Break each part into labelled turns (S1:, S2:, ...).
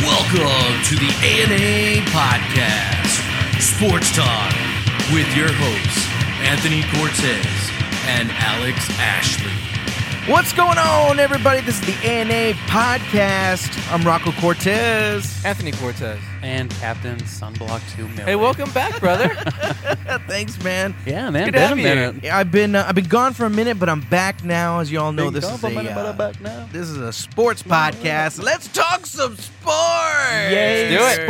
S1: Welcome to the A&A Podcast, Sports Talk, with your hosts, Anthony Cortez and Alex Ashley.
S2: What's going on, everybody? This is the ANA podcast. I'm Rocco Cortez.
S3: Anthony Cortez.
S4: and Captain Sunblock 2 Miller.
S3: Hey, welcome back, brother.
S2: Thanks, man.
S4: Yeah, man,
S3: Good to
S4: been a
S3: have you.
S4: minute.
S2: Yeah, I've been uh, I've been gone for a minute, but I'm back now. As you all know,
S4: Been
S2: this
S4: gone
S2: is
S4: for a
S2: a
S4: minute, but I'm
S2: uh,
S4: back now.
S2: this is a sports podcast. Let's talk some sports.
S3: do it.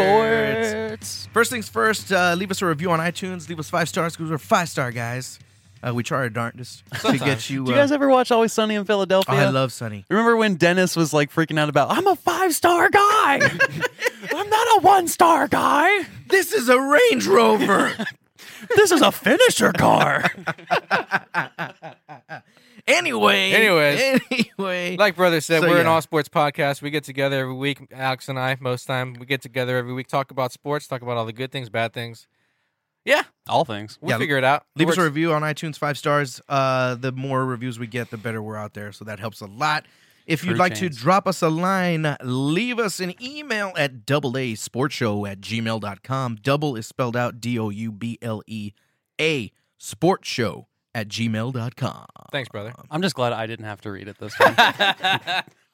S4: Sports.
S2: First things first. Uh, leave us a review on iTunes. Leave us five stars because we're five star guys. Uh, we try our darndest to get you.
S4: Do you guys
S2: uh,
S4: ever watch Always Sunny in Philadelphia?
S2: oh, I love Sunny.
S4: Remember when Dennis was like freaking out about, I'm a five star guy. I'm not a one star guy.
S2: This is a Range Rover.
S4: This is a finisher car.
S2: anyway.
S3: Anyways.
S2: Anyway.
S3: Like brother said,
S2: So,
S3: we're an
S2: yeah.
S3: all sports podcast. We get together every week. Alex and I, most time, we get together every week, talk about sports, talk about all the good things, bad things. Yeah,
S4: All things.
S3: we'll
S2: Yeah,
S3: figure it out.
S2: Leave
S3: It
S2: us a
S3: works.
S2: review on iTunes, five stars. Uh, the more reviews we get, the better we're out there. So that helps a lot. If you'd
S4: True
S2: like
S4: chance.
S2: to drop us a line, leave us an email at double A sports show at gmail.com. Double is spelled out D O U B L E A sports show at gmail.com.
S3: Thanks, brother.
S4: I'm just glad I didn't have to read it this time.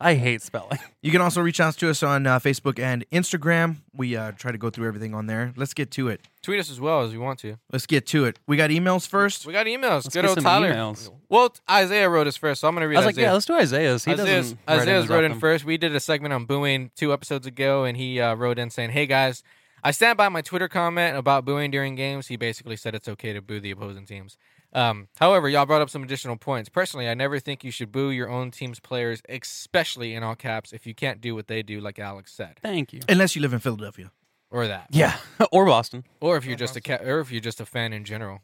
S4: I hate spelling.
S2: You can also reach out to us on uh, Facebook and Instagram. We uh, try to go through everything on there. Let's get to it.
S3: Tweet us as well as you want to.
S2: Let's get to it. We got emails first.
S3: We got emails. good
S4: get
S3: old
S4: some
S3: Tyler.
S4: emails.
S3: Well, Isaiah wrote us first, so I'm going to read
S4: I was like,
S3: Isaiah.
S4: yeah, let's do Isaiah's. He
S3: Isaiah's,
S4: doesn't. write in
S3: Isaiah's
S4: as
S3: wrote in
S4: often.
S3: first. We did a segment on booing two episodes ago, and he uh, wrote in saying, "Hey guys, I stand by my Twitter comment about booing during games. He basically said it's okay to boo the opposing teams. Um, however, y'all brought up some additional points. Personally, I never think you should boo your own team's players, especially in all caps, if you can't do what they do, like Alex said,
S4: Thank you.
S2: Unless you live in Philadelphia.
S3: or that,
S4: Yeah. or Boston.
S3: or if you're just a ca- or if you're just a fan in general.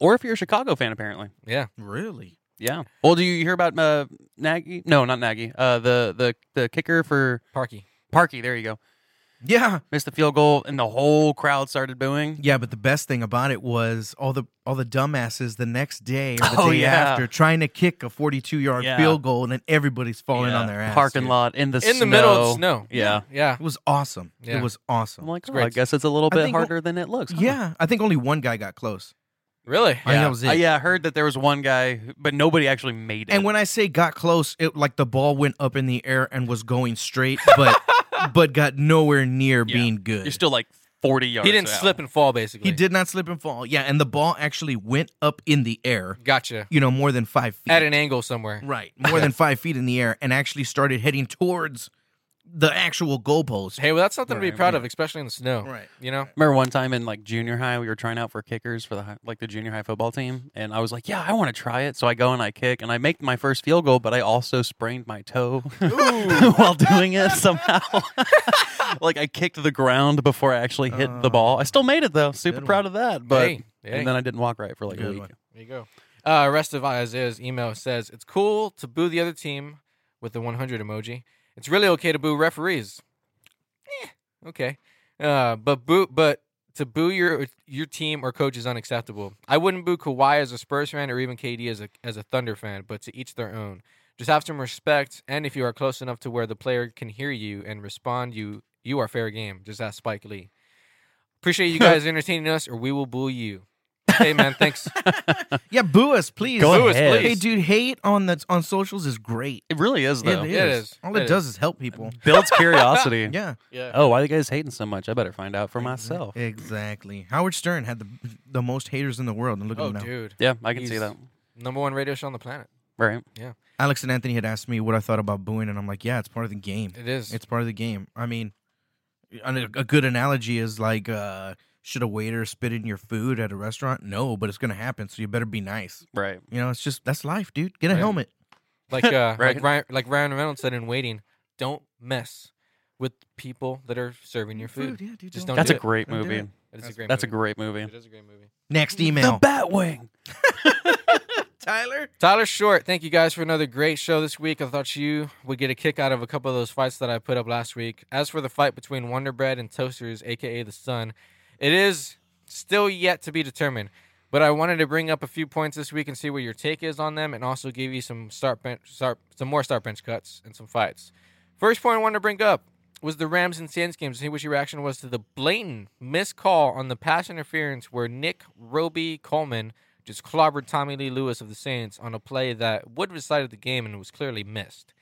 S4: Or if you're a Chicago fan, apparently.
S3: Yeah,
S2: Really?
S4: Yeah. Well, do you hear about uh, Nagy? No, not Nagy. Uh, the the the kicker for
S3: Parky.
S4: Parky. There you go.
S2: Yeah.
S4: Missed the field goal, and the whole crowd started booing.
S2: Yeah, but the best thing about it was all the all the dumbasses the next day or the
S4: Oh,
S2: day
S4: yeah.
S2: after trying to kick a 42 yard
S4: Yeah.
S2: field goal and then everybody's falling on their ass.
S4: Parking
S2: dude.
S4: lot in the
S3: In the middle of snow.
S4: Yeah.
S3: Yeah,
S2: It was awesome.
S3: Yeah.
S2: It was
S4: I'm
S2: awesome.
S4: like, oh,
S3: great.
S4: I guess it's a little
S2: I
S4: bit
S2: think-
S4: harder than it looks. huh?
S2: yeah, I think only one guy got close.
S3: really.
S2: I think
S4: Yeah.
S2: that was it.
S4: Uh, yeah, I heard that there was one guy, who- but nobody actually made it.
S2: And when I say got close, it like the ball went up in the air and was going straight, but but got nowhere near
S4: Yeah.
S2: being good.
S4: you're still like 40 yards.
S3: He didn't
S4: out.
S3: slip and fall. Basically,
S2: he did not slip and fall. Yeah, and the ball actually went up in the air,
S3: Gotcha.
S2: you know, more than five feet.
S3: At an angle somewhere.
S2: Right. More than five feet in the air and actually started heading towards the actual goalpost.
S3: Hey, well, that's something to be
S4: Right,
S3: proud
S4: right.
S3: of, especially in the snow.
S2: Right.
S3: You know,
S4: Remember one time in like junior high, we were trying out for kickers for the hi- like the junior high football team, and I was like, "Yeah, I want to try it." So I go and I kick, and I make my first field goal, but I also sprained my toe while doing it somehow. like I kicked the ground before I actually hit the ball. I still made it though. Super
S2: Oh. good
S4: proud of that. But
S3: Hey, hey.
S4: and then I didn't walk right for like a
S2: Good
S4: week.
S2: one.
S3: there you go. Uh, rest of Isaiah's email says it's cool to boo the other team with the 100 emoji. It's really okay to boo referees. Eh, okay, uh, but boo, but to boo your your team or coach is unacceptable. I wouldn't boo Kawhi as a Spurs fan or even KD as a as a Thunder fan, but to each their own. Just have some respect, and if you are close enough to where the player can hear you and respond, you you are fair game. Just ask Spike Lee. Appreciate you guys entertaining us, or we will boo you. Hey man, thanks.
S2: Yeah, boo us, please.
S4: Go
S3: Boo us, ahead. please.
S2: Hey, dude, hate on the on socials is great.
S4: It really is though.
S3: It is.
S2: All
S3: It
S2: it,
S3: is.
S2: does is help people.
S4: Builds curiosity.
S2: Yeah,
S3: Yeah.
S4: Oh, why are you guys hating so much? I better find out for myself.
S2: exactly. Howard Stern had the the most haters in the world, and look at
S3: Oh,
S2: him now.
S3: dude.
S4: Yeah, I can see
S3: He's-
S4: that.
S3: Number one radio show on the planet.
S4: Right.
S2: Alex and Anthony had asked me what I thought about booing, and I'm like, yeah, it's part of the game.
S3: It is.
S2: It's part of the game. I mean, an- a good analogy is like, uh, should a waiter spit in your food at a restaurant? No, but it's gonna happen, so you better be nice.
S4: Right.
S2: You know, it's just that's life, dude. Get a
S3: Right.
S2: helmet.
S3: like uh, like
S4: Right.
S3: Ryan like Ryan Reynolds said in Waiting, don't mess with people that are serving your food.
S2: yeah, dude,
S3: Just
S2: don't-
S3: don't
S4: That's
S3: do
S4: a
S3: it.
S4: great
S2: Don't do
S4: movie.
S2: it.
S3: That's, a
S2: That's-
S3: great
S4: That's a
S3: movie.
S4: great movie.
S3: It is a great movie.
S2: Next email.
S4: Batwing.
S2: Tyler.
S3: Tyler Short, thank you guys for another great show this week. I thought you would get a kick out of a couple of those fights that I put up last week. As for the fight between Wonder Bread and Toasters, aka the Sun, it is still yet to be determined. But I wanted to bring up a few points this week and see what your take is on them, and also give you some start bench, start, some more start bench cuts and some fights. First point I wanted to bring up: was the Rams and Saints games. See what your reaction was to the blatant missed call on the pass interference where Nick Roby Coleman just clobbered Tommy Lee Lewis of the Saints on a play that would have decided the game and was clearly missed.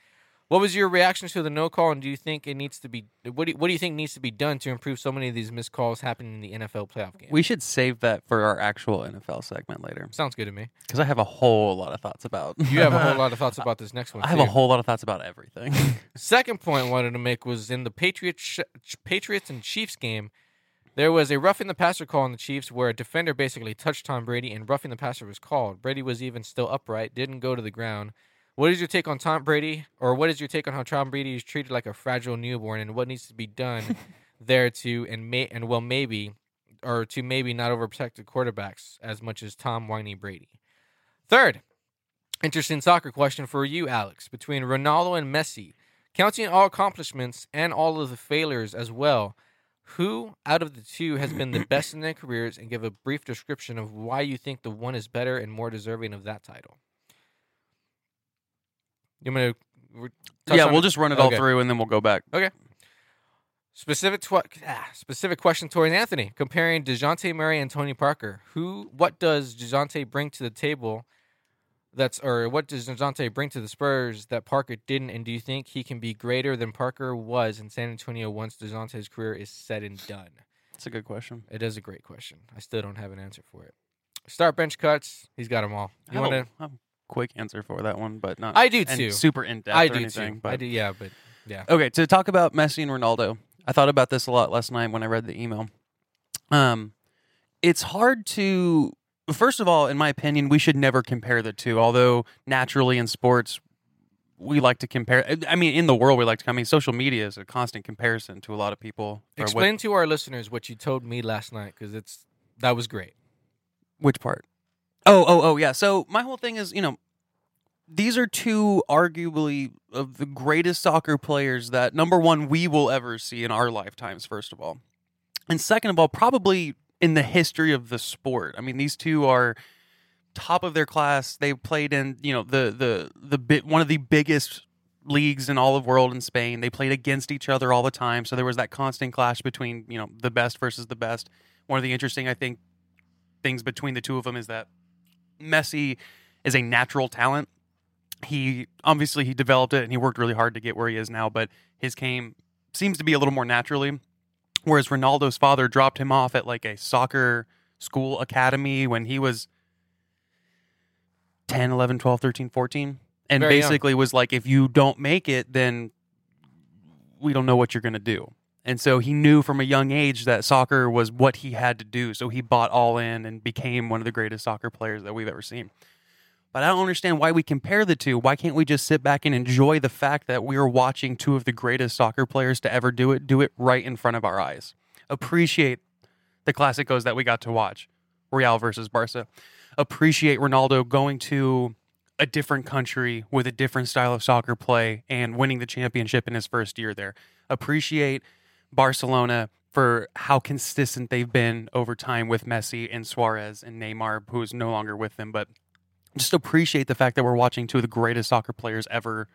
S3: What was your reaction to the no call, and do you think it needs to be what do you, what do you think needs to be done to improve so many of these missed calls happening in the NFL playoff game?
S4: We should save that for our actual NFL segment later
S3: Sounds good to me.
S4: because I have a whole lot of thoughts about.
S3: You have a whole lot of thoughts about this next one.
S4: I have a
S3: too.
S4: whole lot of thoughts about everything.
S3: Second point I wanted to make was in the Patriots Ch- Patriots and Chiefs game, there was a roughing the passer call on the Chiefs where a defender basically touched Tom Brady and roughing the passer was called. Brady was even still upright, didn't go to the ground. What is your take on Tom Brady, or what is your take on how Tom Brady is treated like a fragile newborn, and what needs to be done there to and may and well maybe, or to maybe not overprotect the quarterbacks as much as Tom whiny Brady. Third, interesting soccer question for you, Alex. Between Ronaldo and Messi, Counting all accomplishments and all of the failures as well, who out of the two has been the best in their careers and give a brief description of why you think the one is better and more deserving of that title? You want me to touch
S4: yeah,
S3: on
S4: we'll
S3: it?
S4: just run it all
S3: Okay.
S4: through and then we'll go back.
S3: Specific tw- ah, specific question towards Anthony, comparing Dejounte Murray and Tony Parker. Who? What does Dejounte bring to the table? That's or what does Dejounte bring to the Spurs that Parker didn't? And do you think he can be greater than Parker was in San Antonio once Dejounte's career is said and done?
S4: That's a good question.
S3: It is a great question. I still don't have an answer for it. Start bench cuts. He's got them all.
S4: I
S3: You
S4: have
S3: want
S4: a-
S3: to?
S4: I have a quick answer for that one, but not.
S3: I do
S4: and
S3: too.
S4: Super in depth.
S3: I
S4: or
S3: do
S4: anything,
S3: too.
S4: But
S3: I do. Yeah, but
S4: Okay, to talk about Messi and Ronaldo, I thought about this a lot last night when I read the email. Um, it's hard to, first of all, in my opinion, we should never compare the two. Although naturally in sports, we like to compare. I mean, in the world, we like to. I mean, social media is a constant comparison to a lot of people. or what-
S3: explain to our listeners what you told me last night because it's that was great.
S4: Which part? Oh, oh, oh, yeah. So my whole thing is, you know, these are two arguably of the greatest soccer players that number one we will ever see in our lifetimes. First of all, and second of all, probably in the history of the sport. I mean, these two are top of their class. They played in you know the the the bit one of the biggest leagues in all of world in Spain. They played against each other all the time, so there was that constant clash between you know the best versus the best. One of the interesting I think things between the two of them is that Messi is a natural talent. He obviously he developed it and he worked really hard to get where he is now, but his game seems to be a little more naturally. Whereas Ronaldo's father dropped him off at like a soccer school academy when he was 10, 11, 12, 13, 14 and
S3: Very young.
S4: basically was like if you don't make it then we don't know what you're going to do. And so he knew from a young age that soccer was what he had to do. So he bought all in and became one of the greatest soccer players that we've ever seen. But I don't understand why we compare the two. Why can't we just sit back and enjoy the fact that we are watching two of the greatest soccer players to ever do it do it right in front of our eyes? Appreciate the Clásicos that we got to watch, Real versus Barca. Appreciate Ronaldo going to a different country with a different style of soccer play and winning the championship in his first year there. Appreciate Barcelona for how consistent they've been over time with Messi and Suarez and Neymar, who is no longer with them, but just appreciate the fact that we're watching two of the greatest soccer players ever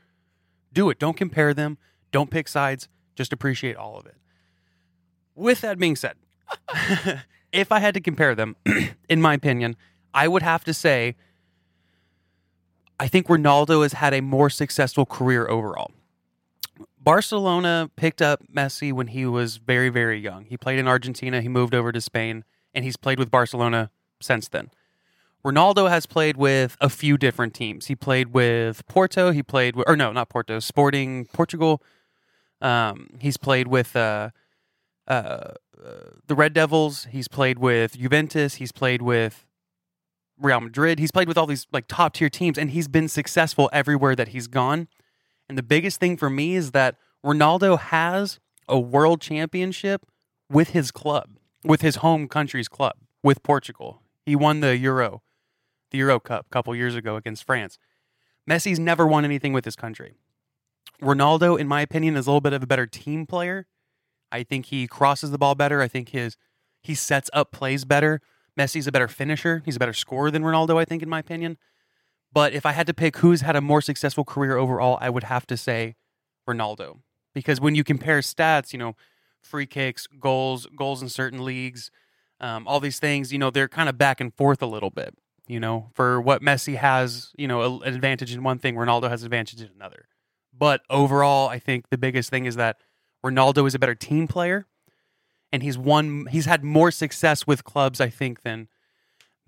S4: do it. Don't compare them, don't pick sides, just appreciate all of it. With that being said, if I had to compare them, in my opinion, I would have to say I think Ronaldo has had a more successful career overall. Barcelona picked up Messi when he was very, very young. He played in Argentina, he moved over to Spain, and he's played with Barcelona since then. Ronaldo has played with a few different teams. He played with Porto, he played with, or no, not Porto, Sporting Portugal. Um, he's played with uh, uh, uh, the Red Devils, he's played with Juventus, he's played with Real Madrid. He's played with all these like top tier teams and he's been successful everywhere that he's gone. And the biggest thing for me is that Ronaldo has a world championship with his club, with his home country's club, with Portugal. He won the Euro, the Euro Cup a couple years ago against France. Messi's never won anything with his country. Ronaldo, in my opinion, is a little bit of a better team player. I think he crosses the ball better. I think his he sets up plays better. Messi's a better finisher. He's a better scorer than Ronaldo, I think, in my opinion. But if I had to pick who's had a more successful career overall, I would have to say Ronaldo. because when you compare stats, you know, free kicks, goals, goals in certain leagues, um, all these things, you know, they're kind of back and forth a little bit. You know, for what Messi has, you know, a- an advantage in one thing, Ronaldo has an advantage in another. But overall, I think the biggest thing is that Ronaldo is a better team player, and he's won. He's had more success with clubs, I think, than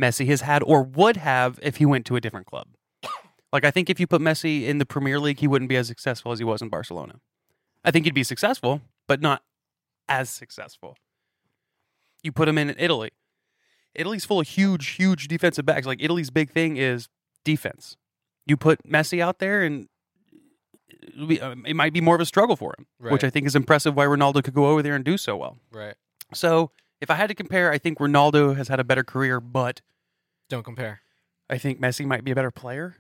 S4: Messi has had or would have if he went to a different club. Like I think if you put Messi in the Premier League, he wouldn't be as successful as he was in Barcelona. I think he'd be successful, but not as successful. You put him in Italy. Italy's full of huge, huge defensive backs. Like Italy's big thing is defense. You put Messi out there, and it'll be- um, it might be more of a struggle for him,
S3: Right.
S4: which I think is impressive. Why Ronaldo could go over there and do so well.
S3: Right.
S4: So if I had to compare, I think Ronaldo has had a better career, but
S3: Don't compare.
S4: I think Messi might be a better player.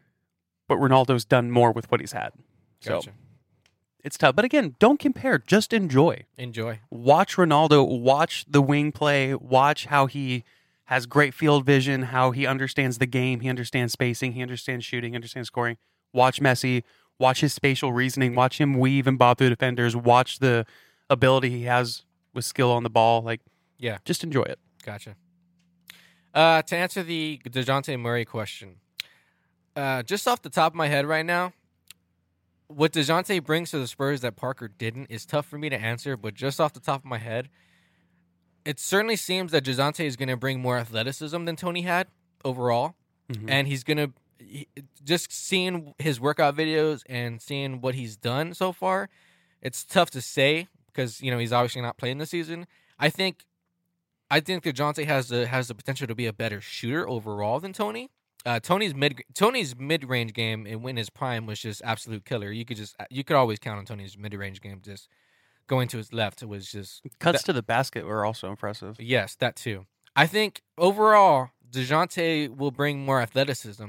S4: But Ronaldo's done more with what he's had. So
S3: Gotcha.
S4: it's tough. But again, don't compare. Just enjoy.
S3: Enjoy.
S4: Watch Ronaldo, watch the wing play, watch how he has great field vision, how he understands the game, he understands spacing, he understands shooting, he understands scoring. Watch Messi, watch his spatial reasoning, watch him weave and bob through defenders, watch the ability he has with skill on the ball. Like,
S3: Yeah.
S4: just enjoy it.
S3: Gotcha. Uh, to answer the DeJounte Murray question, uh, just off the top of my head right now, what DeJounte brings to the Spurs that Parker didn't is tough for me to answer, but just off the top of my head, it certainly seems that DeJounte is going to bring more athleticism than Tony had overall.
S4: Mhm.
S3: And he's going to, just seeing his workout videos and seeing what he's done so far, it's tough to say because, you know, he's obviously not playing this season. I think I think that Jonte has the has the potential to be a better shooter overall than Tony. Uh, Tony's mid Tony's mid range game and when his prime was just absolute killer. You could just you could always count on Tony's mid range game. Just going to his left was just
S4: Cuts to the basket were also impressive.
S3: Yes, that too. I think overall, Dejounte will bring more athleticism.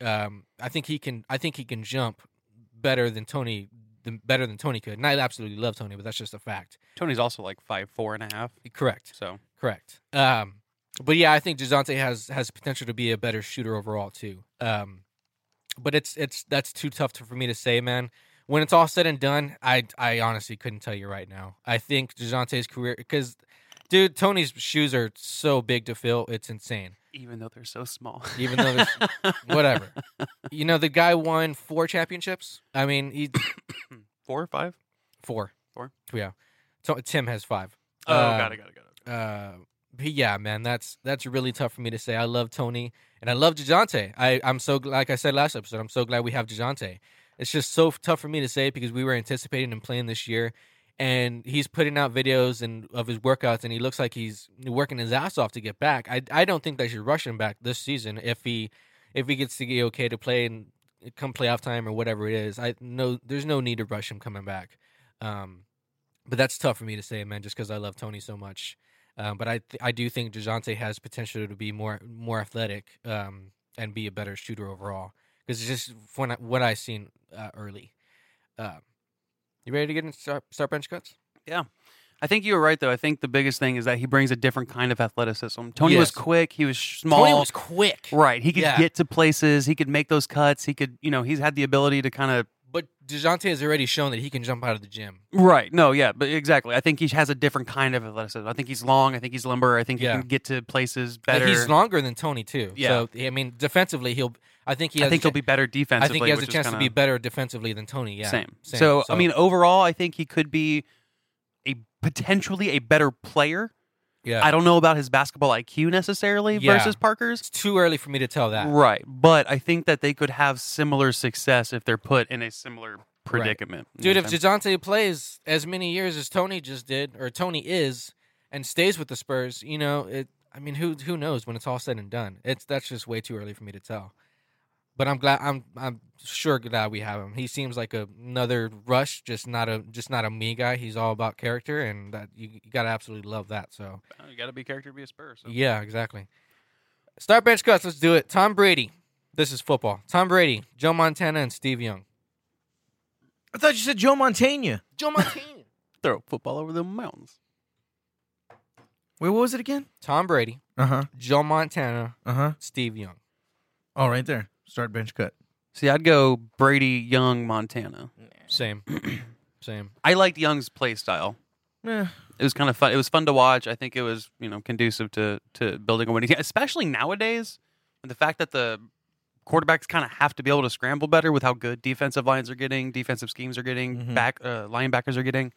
S3: Um, I think he can. I think he can jump better than Tony. Than, better than Tony could. And I absolutely love Tony, but that's just a fact.
S4: Tony's also like five, four and a half.
S3: Correct.
S4: So
S3: Correct. Um, but yeah, I think Dejounte has has potential to be a better shooter overall too. Um, but it's it's that's too tough to, for me to say, man. When it's all said and done, I I honestly couldn't tell you right now. I think Dejounte's career because. Dude, Tony's shoes are so big to fill; it's insane.
S4: even though they're so small.
S3: Even though, there's- whatever, you know, the guy won four championships. I mean, he
S4: Four or five?
S3: four,
S4: Four?
S3: yeah. To- Tim has five.
S4: Oh,
S3: Uh,
S4: got it, got it, got it.
S3: uh, but yeah, man, that's that's really tough for me to say. I love Tony and I love Dejounte. I I'm so gl- like I said last episode, I'm so glad we have Dejounte. It's just so f- tough for me to say because we were anticipating him playing this year, and he's putting out videos and of his workouts, and he looks like he's working his ass off to get back. I I don't think they should rush him back this season if he if he gets to get okay to play and come playoff time or whatever it is. I no, there's no need to rush him coming back. Um, but that's tough for me to say, man, just because I love Tony so much. Um, but I th- I do think Dejounte has potential to be more more athletic um, and be a better shooter overall because it's just when I, what I seen uh, early. Um, you ready to get into start, start bench cuts?
S4: I think you were right, though. I think the biggest thing is that he brings a different kind of athleticism. Tony was
S3: Yes.
S4: quick. He was small.
S3: Tony was quick,
S4: right. He could
S3: Yeah.
S4: get to places. He could make those cuts. He could, you know, he's had the ability to kind of.
S3: but Dejounte has already shown that he can jump out of the gym.
S4: Right. No, yeah, but exactly. I think he has a different kind of athleticism. I think he's long. I think he's limber. I think
S3: Yeah.
S4: he can get to places
S3: Like,
S4: better.
S3: he's longer than Tony too.
S4: Yeah.
S3: So I mean, defensively, he'll. I think he. Has
S4: I think
S3: a,
S4: he'll be better
S3: I
S4: defensively.
S3: think he has a
S4: which is
S3: chance to
S4: kinda-
S3: be better defensively than Tony. Yeah.
S4: same. So,
S3: So-
S4: I mean, overall, I think he could be a potentially a better player.
S3: Yeah.
S4: I don't know about his basketball IQ necessarily
S3: Yeah.
S4: versus Parker's.
S3: it's too early for me to tell that.
S4: Right, but I think that they could have similar success if they're put in a similar predicament. You
S3: Dude,
S4: know
S3: if
S4: what I'm
S3: DeJounte plays as many years as Tony just did, or Tony is, and stays with the Spurs, you know, it I mean who who knows when it's all said and done. It's that's just way too early for me to tell. But I'm glad I'm I'm sure glad we have him. He seems like a, another rush, just not a just not a me guy. He's all about character and that you, you gotta absolutely love that. So
S4: saying? you got to be character, be a spur. So.
S3: yeah, exactly. Start bench cuts, let's do it. Tom Brady. This is football. Tom Brady, Joe Montana, and Steve Young.
S2: I thought you said Joe Montana.
S3: Joe Montana.
S4: Throw a football over the mountains.
S2: Wait, what was it again?
S3: Tom Brady,
S2: Uh huh.
S3: Joe Montana,
S2: Uh huh.
S3: Steve Young.
S2: All Oh, right, there. Start bench cut.
S4: See, I'd go Brady Young Montana.
S3: Same. Same.
S4: I liked Young's play style.
S2: Eh,
S4: It was kind of fun. It was fun to watch. I think it was you know conducive to to building a winning team, especially nowadays. And the fact that the quarterbacks kind of have to be able to scramble better with how good defensive lines are getting, defensive schemes are getting,
S3: Mm-hmm.
S2: Mhm.
S4: back uh, linebackers are getting.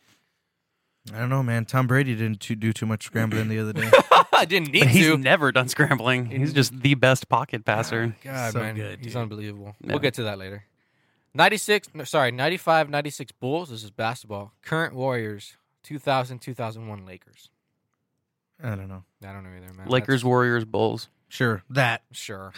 S2: I don't know, man. Tom Brady didn't too, do too much scrambling the other day.
S3: I didn't need
S4: But he's
S3: to.
S4: never done scrambling. He's just the best pocket passer.
S3: God,
S2: So
S3: man.
S2: good,
S3: He's
S2: dude.
S3: unbelievable.
S4: Yeah.
S3: We'll get to that later. 96, no, sorry, 95, 96 Bulls. This is basketball. Current Warriors, 2000, 2001 Lakers.
S2: I don't know.
S3: I don't know either, man.
S4: Lakers, Warriors, Bulls.
S2: Sure, that.
S3: That's- sure.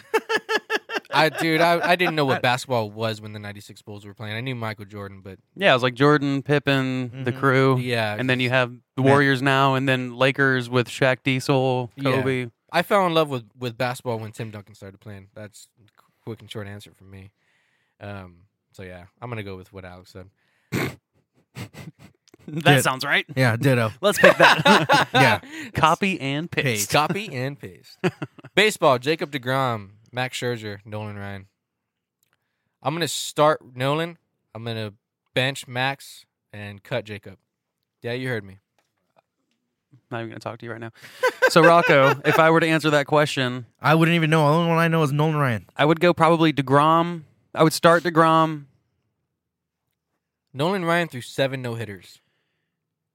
S3: I Dude, I, I didn't know what basketball was when the 96 Bulls were playing. I knew Michael Jordan, but
S4: Yeah, it was like Jordan, Pippen, the
S2: Mhm.
S4: crew.
S3: yeah.
S4: And then you have the
S2: Man.
S4: Warriors now, and then Lakers with Shaq Diesel,
S3: Yeah.
S4: Kobe.
S3: I fell in love with, with basketball when Tim Duncan started playing. That's a qu- quick and short answer for me. Um, so, yeah, I'm going to go with what Alex said.
S4: That
S2: Yeah.
S4: sounds right.
S2: Yeah, ditto.
S4: Let's pick that.
S2: Yeah.
S4: Copy and
S2: Paste.
S4: paste.
S3: Copy and paste. Baseball, Jacob DeGrom, Max Scherzer, Nolan Ryan. I'm going to start Nolan. I'm going to bench Max and cut Jacob. Yeah, you heard me.
S4: not even going to talk to you right now. So, Rocco, if I were to answer that question,
S2: I wouldn't even know. The only one I know is Nolan Ryan.
S4: I would go probably DeGrom. I would start DeGrom.
S3: Nolan Ryan threw seven no hitters.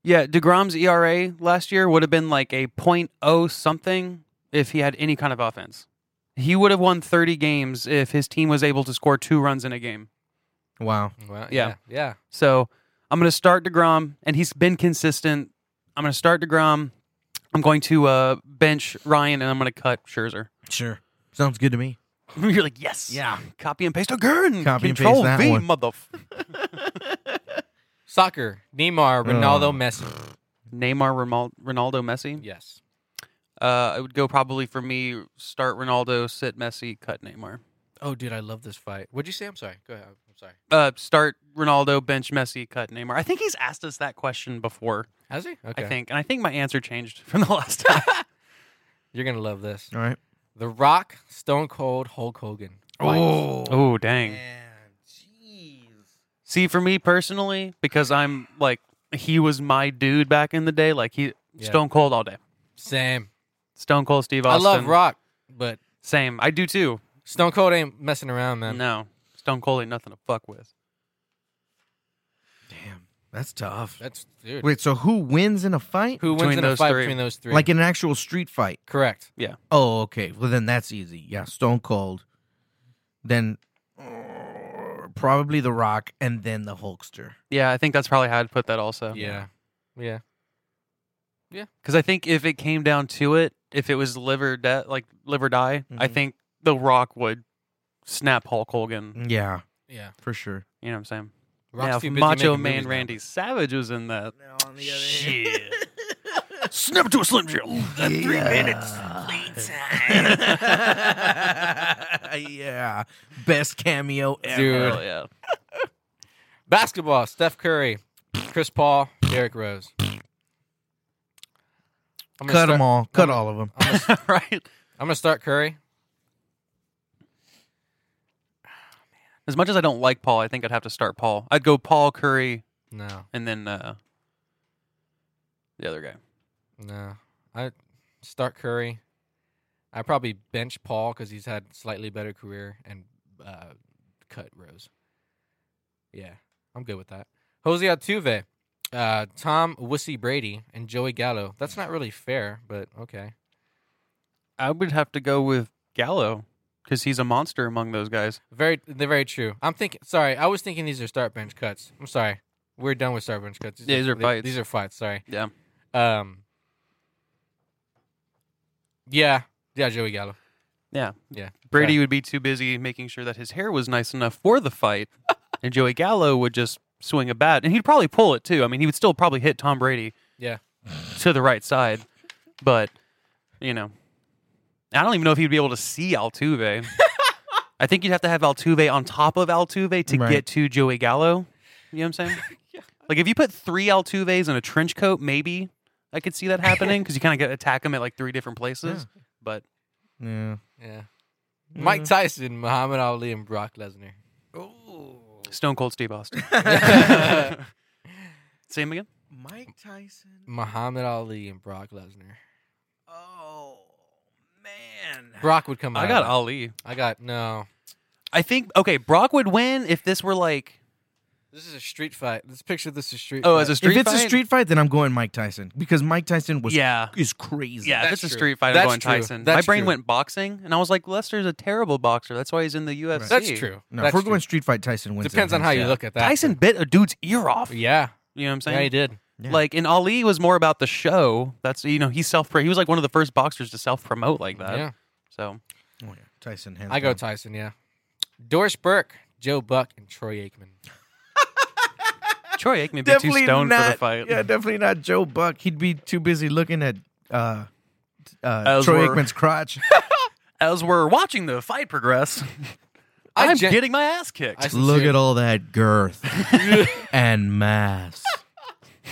S4: Yeah, DeGrom's ERA last year would have been like a .0 something if he had any kind of offense. He would have won 30 games if his team was able to score two runs in a game.
S2: Wow.
S3: Well,
S4: Yeah.
S3: yeah. Yeah.
S4: So I'm going to start DeGrom, and he's been consistent. I'm going to start DeGrom. I'm going to uh, bench Ryan, and I'm going to cut Scherzer.
S2: Sure. Sounds good to me.
S4: You're like, yes.
S2: Yeah.
S4: Copy and paste again.
S2: Copy and paste
S4: Control
S2: that
S4: V,
S2: one.
S4: motherf-
S3: Soccer, Neymar, Ronaldo,
S2: Oh.
S3: Messi.
S4: Neymar, Ronal- Ronaldo, Messi.
S3: Yes.
S4: Uh, I would go probably for me, start Ronaldo, sit Messi, cut Neymar.
S3: Oh, dude, I love this fight. What'd you say? I'm sorry. Go ahead. I'm sorry.
S4: Uh, start Ronaldo, bench Messi, cut Neymar. I think he's asked us that question before,
S3: Has he? Okay.
S4: I think. And I think my answer changed from the last time.
S3: You're going to love this.
S2: All right.
S3: The Rock, Stone Cold, Hulk Hogan.
S2: Oh.
S4: oh, dang.
S2: jeez.
S4: See, for me personally, because I'm like he was my dude back in the day. Like he
S3: Yeah.
S4: Stone Cold all day.
S3: Same.
S4: Stone Cold Steve Austin.
S3: I love Rock, but
S4: Same. I do too.
S3: Stone Cold ain't messing around, man.
S4: No, Stone Cold ain't nothing to fuck with.
S2: Damn. That's tough.
S3: That's dude.
S2: Wait, so who wins in a fight?
S3: Who wins
S4: Between
S3: in a
S4: those
S3: fight
S4: three.
S3: between those three?
S2: Like in an actual street fight.
S3: correct.
S2: Oh, okay. Well, then that's easy. Yeah, Stone Cold. Then uh, probably The Rock, and then the Hulkster.
S4: Yeah, I think that's probably how I'd put that also.
S3: Yeah. Yeah.
S4: because I think if it came down to it, if it was live or de- like live or die, I
S3: Mm-hmm.
S2: Mhm.
S4: think The Rock would snap Hulk
S3: Mm-hmm.
S4: Hogan.
S2: Yeah,
S3: Yeah.
S2: for sure.
S4: You know what I'm saying?
S3: Rock's
S4: now,
S3: too
S4: if
S3: busy
S4: Macho
S3: making movies
S4: Man
S3: now.
S4: Randy Savage was in that.
S2: Now on
S4: the other hand.
S1: Snap to a Slim Jim.
S2: Three minutes late time. yeah, best cameo ever.
S3: Dude.
S4: Hell Oh, yeah.
S3: Basketball. Steph Curry, Chris Paul, Derrick Rose. I'm gonna
S2: Cut them
S3: start-
S2: all. Cut all of them.
S3: I'm gonna,
S4: right.
S3: I'm gonna start Curry.
S4: As much as I don't like Paul, I think I'd have to start Paul. I'd go Paul Curry,
S3: No,
S4: and then uh, the other guy.
S3: no. I start Curry. I probably bench Paul because he's had slightly better career and uh, cut Rose. Yeah, I'm good with that. Jose Altuve, uh, Tom Wussy Brady, and Joey Gallo. That's not really fair, but okay.
S4: I would have to go with Gallo because he's a monster among those guys.
S3: Very, they're very true. I'm thinking. Sorry, I was thinking these are start bench cuts. I'm sorry. We're done with start bench cuts.
S4: Yeah, these are
S3: th-
S4: fights.
S3: These are fights. Sorry.
S4: Yeah.
S3: Um. Yeah. Yeah. Joey Gallo.
S4: Yeah.
S3: Yeah.
S4: Brady would be too busy making sure that his hair was nice enough for the fight, and Joey Gallo would just swing a bat, and he'd probably pull it too. I mean, he would still probably hit Tom Brady
S3: Yeah.
S4: to the right side, but you know, I don't even know if he'd be able to see Altuve. I think you'd have to have Altuve on top of Altuve to
S2: Right.
S4: get to Joey Gallo. You know what I'm saying? Like if you put three Altuves in a trench coat, maybe I could see that happening because you kind of get attack him at like three different places. But
S2: Yeah.
S3: Yeah. Mike Tyson, Muhammad Ali, and Brock Lesnar.
S4: Stone Cold Steve Austin. Say him again.
S2: Mike Tyson.
S3: Muhammad Ali and Brock Lesnar.
S2: Oh man.
S3: Brock would come out.
S4: I got Ali.
S3: I got no.
S4: I think okay. Brock would win if this were like
S3: This is a street fight. Let's picture this as street.
S4: oh,
S3: fight.
S4: as a
S2: If
S4: street.
S2: it's a
S4: fight?
S2: street fight, then I'm going Mike Tyson because Mike Tyson was
S4: yeah,
S2: is crazy.
S4: yeah. If
S3: That's
S4: it's a
S3: true.
S4: street fight,
S3: That's
S4: I'm going
S3: true.
S4: Tyson. My
S3: That's
S4: brain
S3: true.
S4: went boxing, and I was like, Lester's a terrible boxer. That's why he's in the UFC.
S3: That's true.
S2: No,
S3: That's
S2: if we're
S3: true.
S2: going street fight, Tyson wins.
S3: Depends on how you
S2: Yeah.
S3: look at that.
S4: Tyson bit a dude's ear off.
S3: Yeah.
S4: You know what I'm saying?
S3: Yeah, he did.
S2: Yeah.
S4: Like, and Ali was more about the show. That's you know, he self he was like one of the first boxers to self promote like that.
S3: yeah.
S4: So
S2: Oh, yeah. Tyson. Hands
S3: I go
S2: down.
S3: Tyson. Yeah. Doris Burke, Joe Buck, and Troy Aikman.
S4: Troy Aikman be too
S2: definitely
S4: stoned
S2: not.
S4: for the fight.
S2: Yeah, definitely not Joe Buck. He'd be too busy looking at uh, uh,
S4: As
S2: Troy
S4: we're-
S2: Aikman's crotch.
S4: As we're watching the fight progress,
S3: I
S4: I'm
S3: gen-
S4: getting my ass kicked.
S3: I
S2: look
S3: sincerely-
S2: at all that girth and mass.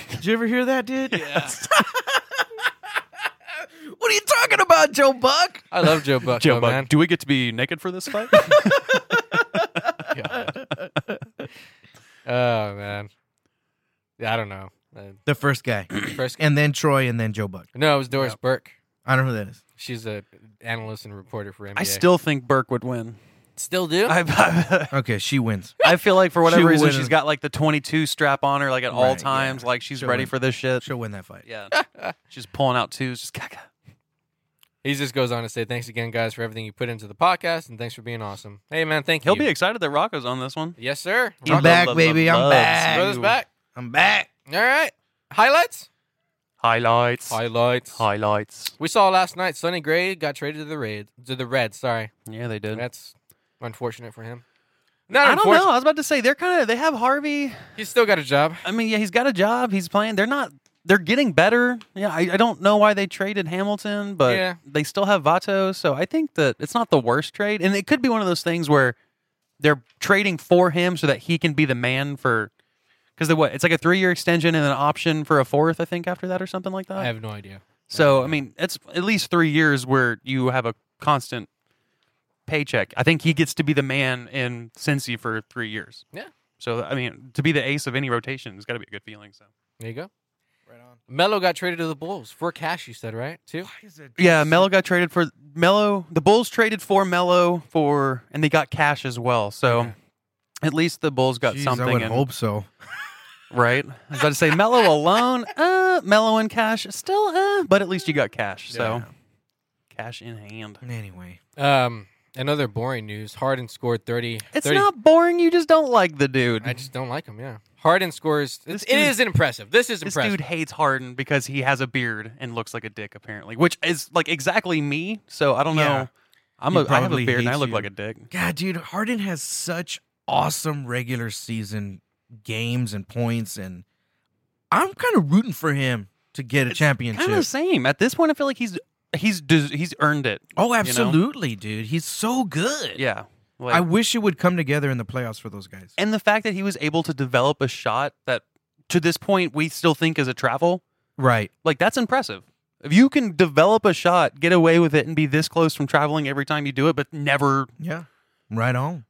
S2: Did you ever hear that, dude?
S3: Yeah.
S2: What are you talking about, Joe Buck?
S3: I love Joe Buck.
S4: Joe
S3: though,
S4: Buck,
S3: man.
S4: do we get to be naked for this fight?
S3: God. oh man. Yeah, I don't know. Uh,
S2: The first guy,
S3: first,
S2: and then Troy, and then Joe Buck.
S3: no, it was Doris Burke.
S2: I don't know who that is.
S3: She's a analyst and reporter for NBA.
S4: I still think Burke would win.
S3: still do.
S4: I, I,
S2: Okay, she wins.
S4: I feel like for whatever
S2: She
S4: reason
S2: would've-
S4: she's got like the 22 strap on her like at all
S2: Right, yeah.
S4: times. Like she's
S2: She'll
S4: ready
S2: win.
S4: for this shit.
S2: She'll win that fight.
S4: Yeah, she's pulling out twos. Just caca.
S3: he just goes on to say, "Thanks again, guys, for everything you put into the podcast, and thanks for being awesome." Hey, man, thank
S4: He'll
S3: you.
S4: be excited that Rocco's on this one.
S3: yes, sir.
S2: I'm
S4: Rocco
S2: back,
S4: loves-
S2: baby. I'm
S4: loves-
S2: back.
S3: Brothers back.
S2: I'm back.
S3: All right. Highlights.
S4: Highlights.
S3: Highlights.
S4: Highlights.
S3: We saw last night Sonny Gray got traded to the Raid to the Reds. Sorry,
S4: Yeah, they did.
S3: that's unfortunate for him. Not
S4: I don't
S3: unfortunate.
S4: know. I was about to say they're kind of they have Harvey.
S3: He's still got a job.
S4: I mean, yeah, he's got a job. He's playing. They're not. They're getting better. Yeah, I, I don't know why they traded Hamilton, but
S3: Yeah.
S4: they still have Vato. So I think that it's not the worst trade, and it could be one of those things where they're trading for him so that he can be the man for. Because what? It's like a three-year extension and an option for a fourth, I think, after that or something like that.
S3: I have no idea.
S4: So I mean, it's at least three years where you have a constant paycheck. I think he gets to be the man in Cincy for three years.
S3: Yeah.
S4: So I mean, to be the ace of any rotation, it's got to be a good feeling. So
S3: There you go. Right on. Mello got traded to the Bulls for cash. You said right too.
S4: yeah, Mello got traded for Mello. The Bulls traded for Mello for, and they got cash as well. So
S3: Okay.
S4: at least the Bulls got
S2: Jeez,
S4: something.
S2: I would
S4: in-
S2: hope so.
S4: Right. I was about to say Mello alone, uh, Mello and cash still, uh, but at least you got cash. So cash in hand.
S2: Anyway,
S3: Um, another boring news. Harden scored thirty.
S4: It's
S3: 30
S4: not boring. You just don't like the dude.
S3: I just don't like him. Yeah. Harden scores. It's,
S4: This
S3: it
S4: dude-
S3: is impressive. This is
S4: This
S3: impressive.
S4: dude hates Harden because he has a beard and looks like a dick, apparently, which is like exactly me. So I don't
S2: Yeah.
S4: know. I'm
S2: He
S4: a, I have a
S2: probably
S4: beard and I
S2: hates
S4: look
S2: you.
S4: like a dick.
S2: God, dude, Harden has such awesome regular season games and points, and I'm kind of rooting for him to get a
S4: It's
S2: championship.
S4: Kind of the same. At this point, I feel like he's he's des- he's earned it.
S2: oh, absolutely, dude. He's so good.
S4: Yeah. Like,
S2: I wish it would come together in the playoffs for those guys.
S4: and the fact that he was able to develop a shot that to this point we still think is a travel,
S2: right.
S4: like that's impressive. If you can develop a shot, get away with it, and be this close from traveling every time you do it, but never uh,
S2: Yeah. Right on.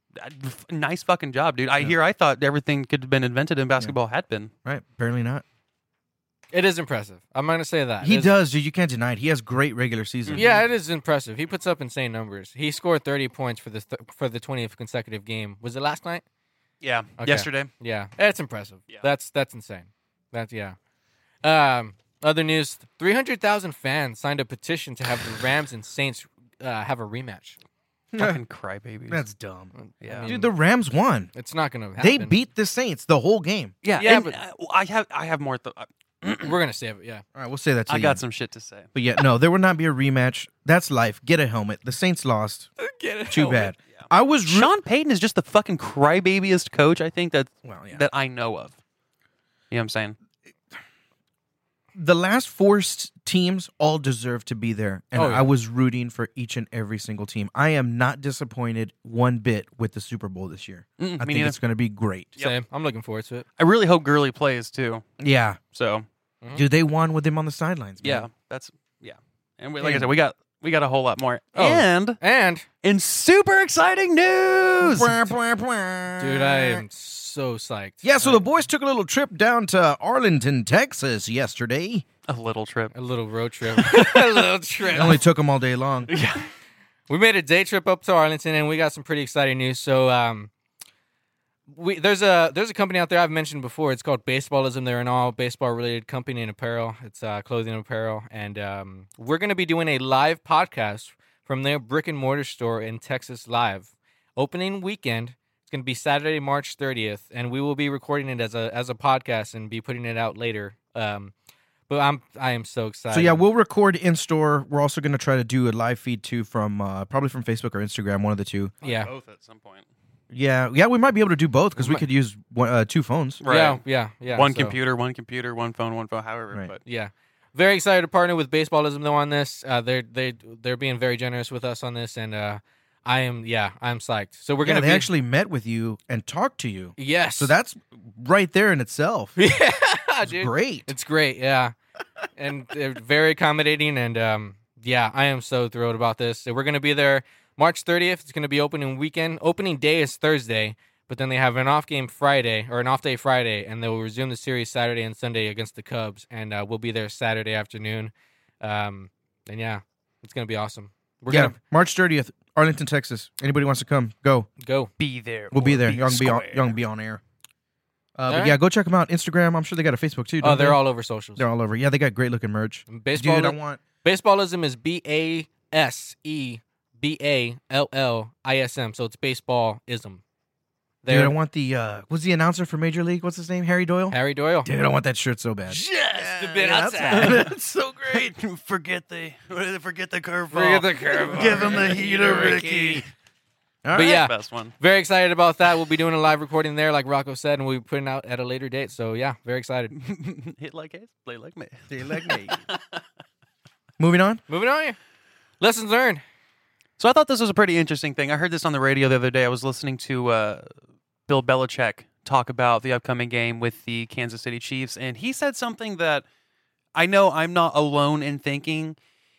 S4: nice fucking job, dude. I
S2: Yeah.
S4: hear I thought everything could have been invented in basketball had been.
S2: Right. Apparently not.
S3: it is impressive. I'm gonna say that.
S2: He
S3: It's-
S2: does, dude. You can't deny it. He has great regular
S4: Mm-hmm.
S2: season.
S3: Yeah, it is impressive. He puts up insane numbers. He scored 30 points for this th- for the 20th consecutive game. Was it last night?
S4: Yeah,
S3: Okay.
S4: yesterday.
S3: Yeah, that's impressive.
S4: Yeah.
S3: That's that's insane. That's yeah. Um, other news: 300,000 fans signed a petition to have the Rams and Saints uh, have a rematch.
S4: Fucking crybabies.
S2: That's dumb.
S4: yeah.
S2: Dude, the Rams won.
S3: it's not gonna happen.
S2: They beat the Saints the whole game.
S4: yeah,
S3: Yeah,
S4: and,
S3: but-
S4: uh, I have I have more. Th- I-
S3: We're gonna save it. Yeah.
S2: All right, we'll say that to
S4: I
S2: you.
S4: got some shit to say.
S2: But yeah, no, there will not be a rematch. That's life. Get a helmet. The Saints lost.
S4: Oh,
S2: Too bad. I was roo-
S4: Sean Payton is just the fucking crybabiest coach I think that
S2: well, yeah.
S4: that I know of. You know what I'm saying?
S2: the last four s- teams all deserve to be there, and
S3: Oh, yeah.
S2: I was rooting for each and every single team. I am not disappointed one bit with the Super Bowl this year.
S4: Mm,
S2: I
S4: me
S2: think
S4: neither.
S2: it's going to be great.
S4: Yep.
S3: Same. I'm looking forward to it.
S4: I really hope Gurley plays too.
S2: Yeah,
S4: So
S3: Mhm.
S2: dude, they won with him on the sidelines. man.
S4: yeah, that's yeah. And we, like I
S2: Damn.
S4: said, we got We got a whole lot more.
S3: Oh.
S4: And
S3: And
S4: in super exciting news,
S3: dude, I am so psyched.
S2: Yeah, so the boys took a little trip down to Arlington, Texas yesterday.
S4: a little trip.
S3: a little road trip. a little trip.
S2: It only took them all day long.
S3: We made a day trip up to Arlington, and we got some pretty exciting news. So, um, we there's a there's a company out there I've mentioned before. It's called Baseballism. They're an all baseball related company and apparel. It's uh, clothing and apparel, and um, we're going to be doing a live podcast from their brick and mortar store in Texas live opening weekend. It's going to be Saturday, March 30th, and we will be recording it as a as a podcast and be putting it out later. Um, but I'm I am so excited.
S2: So yeah, we'll record in store. We're also going to try to do a live feed too from uh, probably from Facebook or Instagram, one of the two.
S3: yeah,
S4: Both at some point.
S2: Yeah, yeah, we might be able to do both because we
S3: Might-
S2: could use one, uh, two phones.
S4: Right.
S3: yeah, yeah, yeah.
S4: one
S3: so-
S4: computer, one computer, one phone, one phone. However,
S2: Right.
S4: but
S3: Yeah. Very excited to partner with Baseballism though on this. Uh, they're they they're being very generous with us on this, and uh, I am yeah I'm psyched. So we're
S2: We're gonna
S3: gonna
S2: they
S3: be,
S2: actually met with you and talked to you.
S3: yes.
S2: So that's right there in itself.
S3: yeah, dude.
S2: Great.
S3: It's great, yeah, and they're very accommodating, and um, yeah, I am so thrilled about this. So we're gonna be there March 30th. It's gonna be opening weekend. Opening day is Thursday, but then they have an off game Friday or an off day Friday, and they will resume the series Saturday and Sunday against the Cubs, and uh, we'll be there Saturday afternoon. Um, and yeah, it's gonna be awesome. We're
S2: yeah,
S3: gonna
S2: March thirtieth, Arlington, Texas. Anybody wants to come, go.
S3: go.
S4: be there.
S2: We'll be there.
S4: Be
S2: Young be on, young be on air. Uh, but
S3: Alright.
S2: yeah, go check them out. Instagram. I'm sure they got a Facebook too.
S3: Oh,
S2: don't
S3: they're
S2: they?
S3: all over socials.
S2: they're all over. Yeah, they got great looking merch.
S3: Baseball,
S2: Dude, I want
S3: baseballism is B A S E B A L L I S M. So it's baseballism.
S2: Dude, I
S3: There,
S2: want the uh was the announcer for Major League? What's his name? Harry Doyle?
S3: Harry Doyle.
S2: Dude, I want that shirt so bad.
S4: Yes,
S3: the bit
S2: that's
S3: outside.
S2: right. That's so great.
S4: forget the forget the curveball.
S3: Forget the curveball.
S4: Give him the heater, Ricky.
S2: All
S3: But
S2: right.
S3: yeah,
S4: Best one.
S3: very excited about that. We'll be doing a live recording there, like Rocco said, and we'll be putting out at a later date. So yeah, very excited.
S4: Hit like ace, play like me.
S2: Moving on.
S3: Moving on. Here. Lessons learned.
S4: So I thought this was a pretty interesting thing. I heard this on the radio the other day. I was listening to uh, Bill Belichick talk about the upcoming game with the Kansas City Chiefs, and he said something that I know I'm not alone in thinking.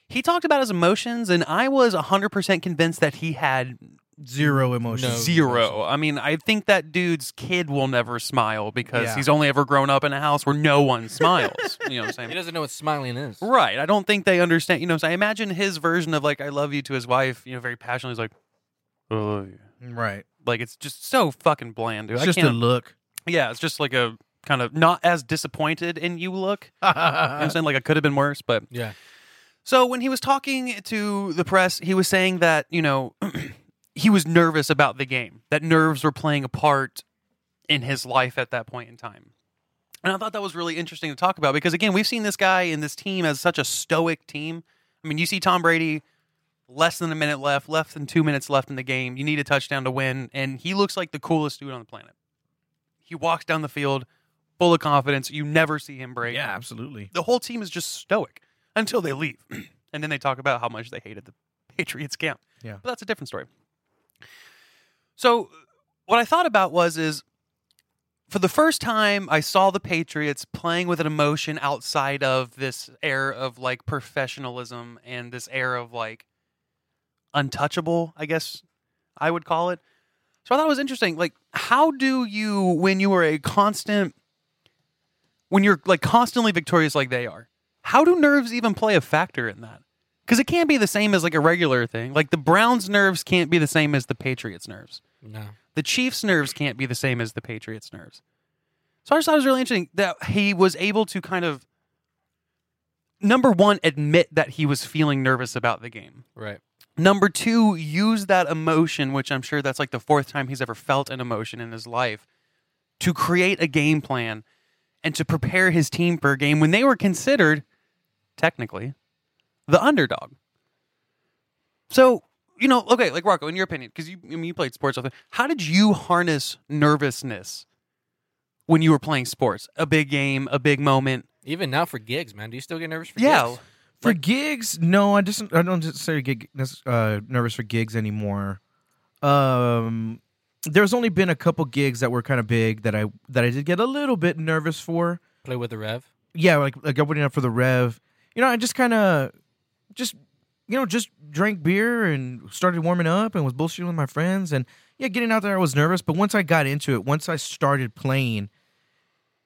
S4: He talked about his emotions, and I was 100% convinced that he had
S2: Zero emotion.
S3: No.
S4: zero. I mean, I think that dude's kid will never smile because
S2: Yeah.
S4: he's only ever grown up in a house where no one smiles. you know what I'm saying?
S3: He doesn't know what smiling is.
S4: Right. I don't think they understand. You know, so I imagine his version of like "I love you" to his wife. You know, very passionately. He's like, "I love you."
S2: Right.
S4: Like it's just so fucking bland, dude.
S2: It's
S4: I
S2: just a
S4: can't-
S2: look.
S4: yeah, it's just like a kind of not as disappointed in you look. You know what I'm saying like I could have been worse, but
S3: Yeah.
S4: so when he was talking to the press, he was saying that, you know, he was nervous about the game, that nerves were playing a part in his life at that point in time. And I thought that was really interesting to talk about because, again, we've seen this guy and this team as such a stoic team. I mean, you see Tom Brady, less than a minute left, less than two minutes left in the game. You need a touchdown to win. And he looks like the coolest dude on the planet. He walks down the field full of confidence. You never see him break
S2: Yeah, absolutely.
S4: the whole team is just stoic until they leave. and then they talk about how much they hated the Patriots camp.
S2: Yeah.
S4: But that's a different story. So what I thought about was is for the first time I saw the Patriots playing with an emotion outside of this air of like professionalism and this air of like untouchable, I guess I would call it. So I thought it was interesting. Like, how do you when you are a constant when you're like constantly victorious like they are, how do nerves even play a factor in that? Because it can't be the same as like a regular thing. Like the Browns' nerves can't be the same as the Patriots' nerves.
S3: No.
S4: The Chiefs' nerves can't be the same as the Patriots' nerves. So I just thought it was really interesting that he was able to kind of, number one, admit that he was feeling nervous about the game.
S3: Right.
S4: Number two, use that emotion, which I'm sure that's like the fourth time he's ever felt an emotion in his life, to create a game plan and to prepare his team for a game when they were considered, technically, the underdog. So, you know, okay, like Rocco, in your opinion, because you, I mean, you played sports, all the- how did you harness nervousness when you were playing sports? A big game, a big moment?
S3: Even now for gigs, man. Do you still get nervous for
S4: Yeah.
S3: gigs?
S2: For gigs, no, I just I don't necessarily get uh, nervous for gigs anymore. Um, there's only been a couple gigs that were kind of big that I that I did get a little bit nervous for.
S3: Play with the rev.
S2: yeah, like like opening up for the Rev. You know, I just kind of just you know, just drank beer and started warming up and was bullshitting with my friends. And yeah, getting out there, I was nervous. But once I got into it, once I started playing,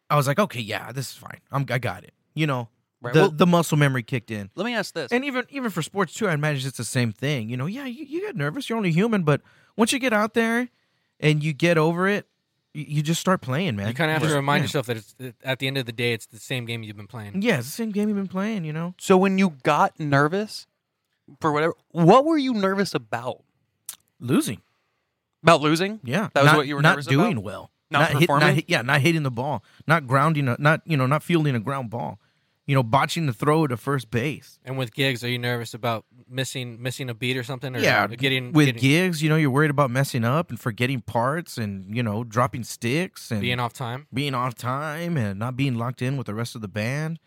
S2: I was like, okay, yeah, this is fine. I'm, I got it. You know,
S4: Right,
S2: the,
S4: well-
S2: the muscle memory kicked in.
S4: Let me ask this.
S2: And even even for sports too, I imagine it's the same thing. You know, yeah, you, you get nervous. You're only human, but once you get out there and you get over it, you, you just start playing, man.
S3: You kind of have
S2: Just-
S3: to remind
S2: yeah.
S3: yourself that it's that at the end of the day, it's the same game you've been playing.
S2: Yeah, it's the same game you've been playing. You know,
S4: so when you got nervous for whatever, what were you nervous about?
S2: losing.
S4: About losing?
S2: Yeah,
S4: That was
S2: Not-
S4: what you were
S2: not
S4: nervous about?
S2: doing well.
S4: Not
S2: hit-
S4: performing?
S2: hit- yeah, not hitting the ball. Not grounding. A, not you know, not fielding a ground ball. You know, botching the throw to first base.
S3: And with gigs, are you nervous about missing missing a beat or something? Or
S2: Yeah,
S3: getting
S2: With
S3: getting,
S2: gigs, you know, you're worried about messing up and forgetting parts, and you know, dropping sticks and
S3: being off time.
S2: being off time and not being locked in with the rest of the band.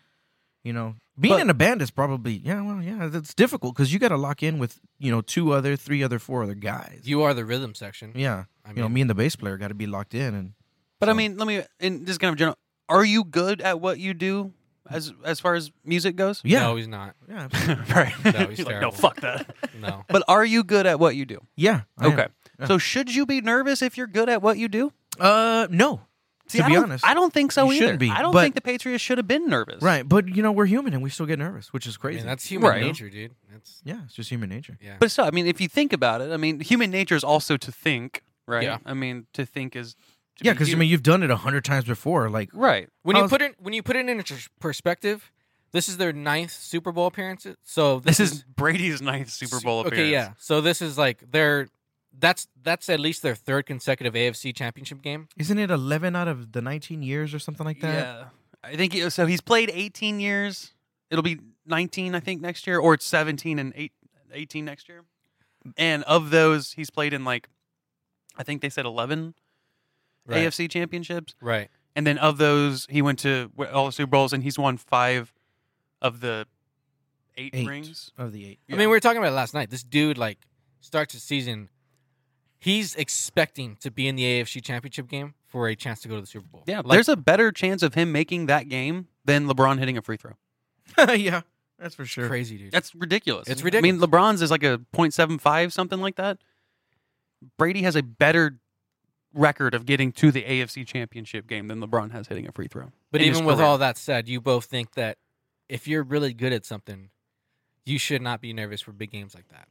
S2: You know, being
S4: But-
S2: in a band is probably yeah, well, yeah, that's difficult because you got to lock in with you know two other, three other, four other guys.
S3: You are the rhythm section.
S2: yeah,
S3: I
S2: you know, me and the bass player got to be locked in, and
S4: But I
S2: So-
S4: mean, let me. And this is kind of general. Are you good at what you do as as far as music goes?
S2: yeah,
S3: no, he's not.
S2: yeah,
S4: right.
S3: No, he's
S4: You're like,
S3: terrible.
S4: no, fuck that.
S3: No,
S4: but are you good at what you do?
S2: yeah. I am.
S4: Okay. So should you be nervous if you're good at what you do?
S2: Uh, no,
S4: See,
S2: to
S4: I
S2: be
S4: don't,
S2: honest,
S4: I don't think so
S2: you
S4: either.
S2: shouldn't be,
S4: I don't
S2: but-
S4: think the Patriots should have been nervous.
S2: right, but you know we're human and we still get nervous, which is
S3: I
S2: crazy.
S3: mean, that's human
S4: Right.
S3: nature, dude. That's
S2: yeah, it's just human nature.
S3: yeah.
S4: But still, I mean, if you think about it, I mean, human nature is also to think, right?
S3: Yeah.
S4: I mean, to think is to
S2: Yeah,
S4: be
S2: because I
S4: you-
S2: mean you've done it a hundred times before. Like,
S4: right.
S3: when you
S2: how's-
S3: put it when you put it in tr- perspective, this is their ninth Super Bowl appearance. So
S4: This is Brady's ninth Super Bowl appearance.
S3: Okay, yeah. So this is like their that's that's at least their third consecutive AFC Championship game.
S2: isn't it eleven out of the nineteen years or something like that?
S4: Yeah. I think it, so. He's played 18 years. It'll be 19, I think, next year, or it's 17 and eight, 18 next year. And of those, he's played in like, I think they said 11
S3: Right.
S4: AFC championships.
S3: Right.
S4: And then of those, he went to wh- all the Super Bowls and he's won five of the eight,
S2: Eight.
S4: rings.
S2: of the eight.
S4: Yeah.
S3: I mean, we were talking about it last night. This dude like starts the season. He's expecting to be in the AFC Championship game for a chance to go to the Super Bowl.
S4: Yeah,
S3: like,
S4: there's a better chance of him making that game than LeBron hitting a free throw.
S2: yeah, that's for sure.
S3: crazy dude.
S4: That's ridiculous.
S3: It's
S4: I mean, LeBron's is like a .75 something like that. Brady has a better record of getting to the AFC Championship game than LeBron has hitting a free throw.
S3: But
S4: in his
S3: even with
S4: career.
S3: all that said, you both think that if you're really good at something, you should not be nervous for big games like that.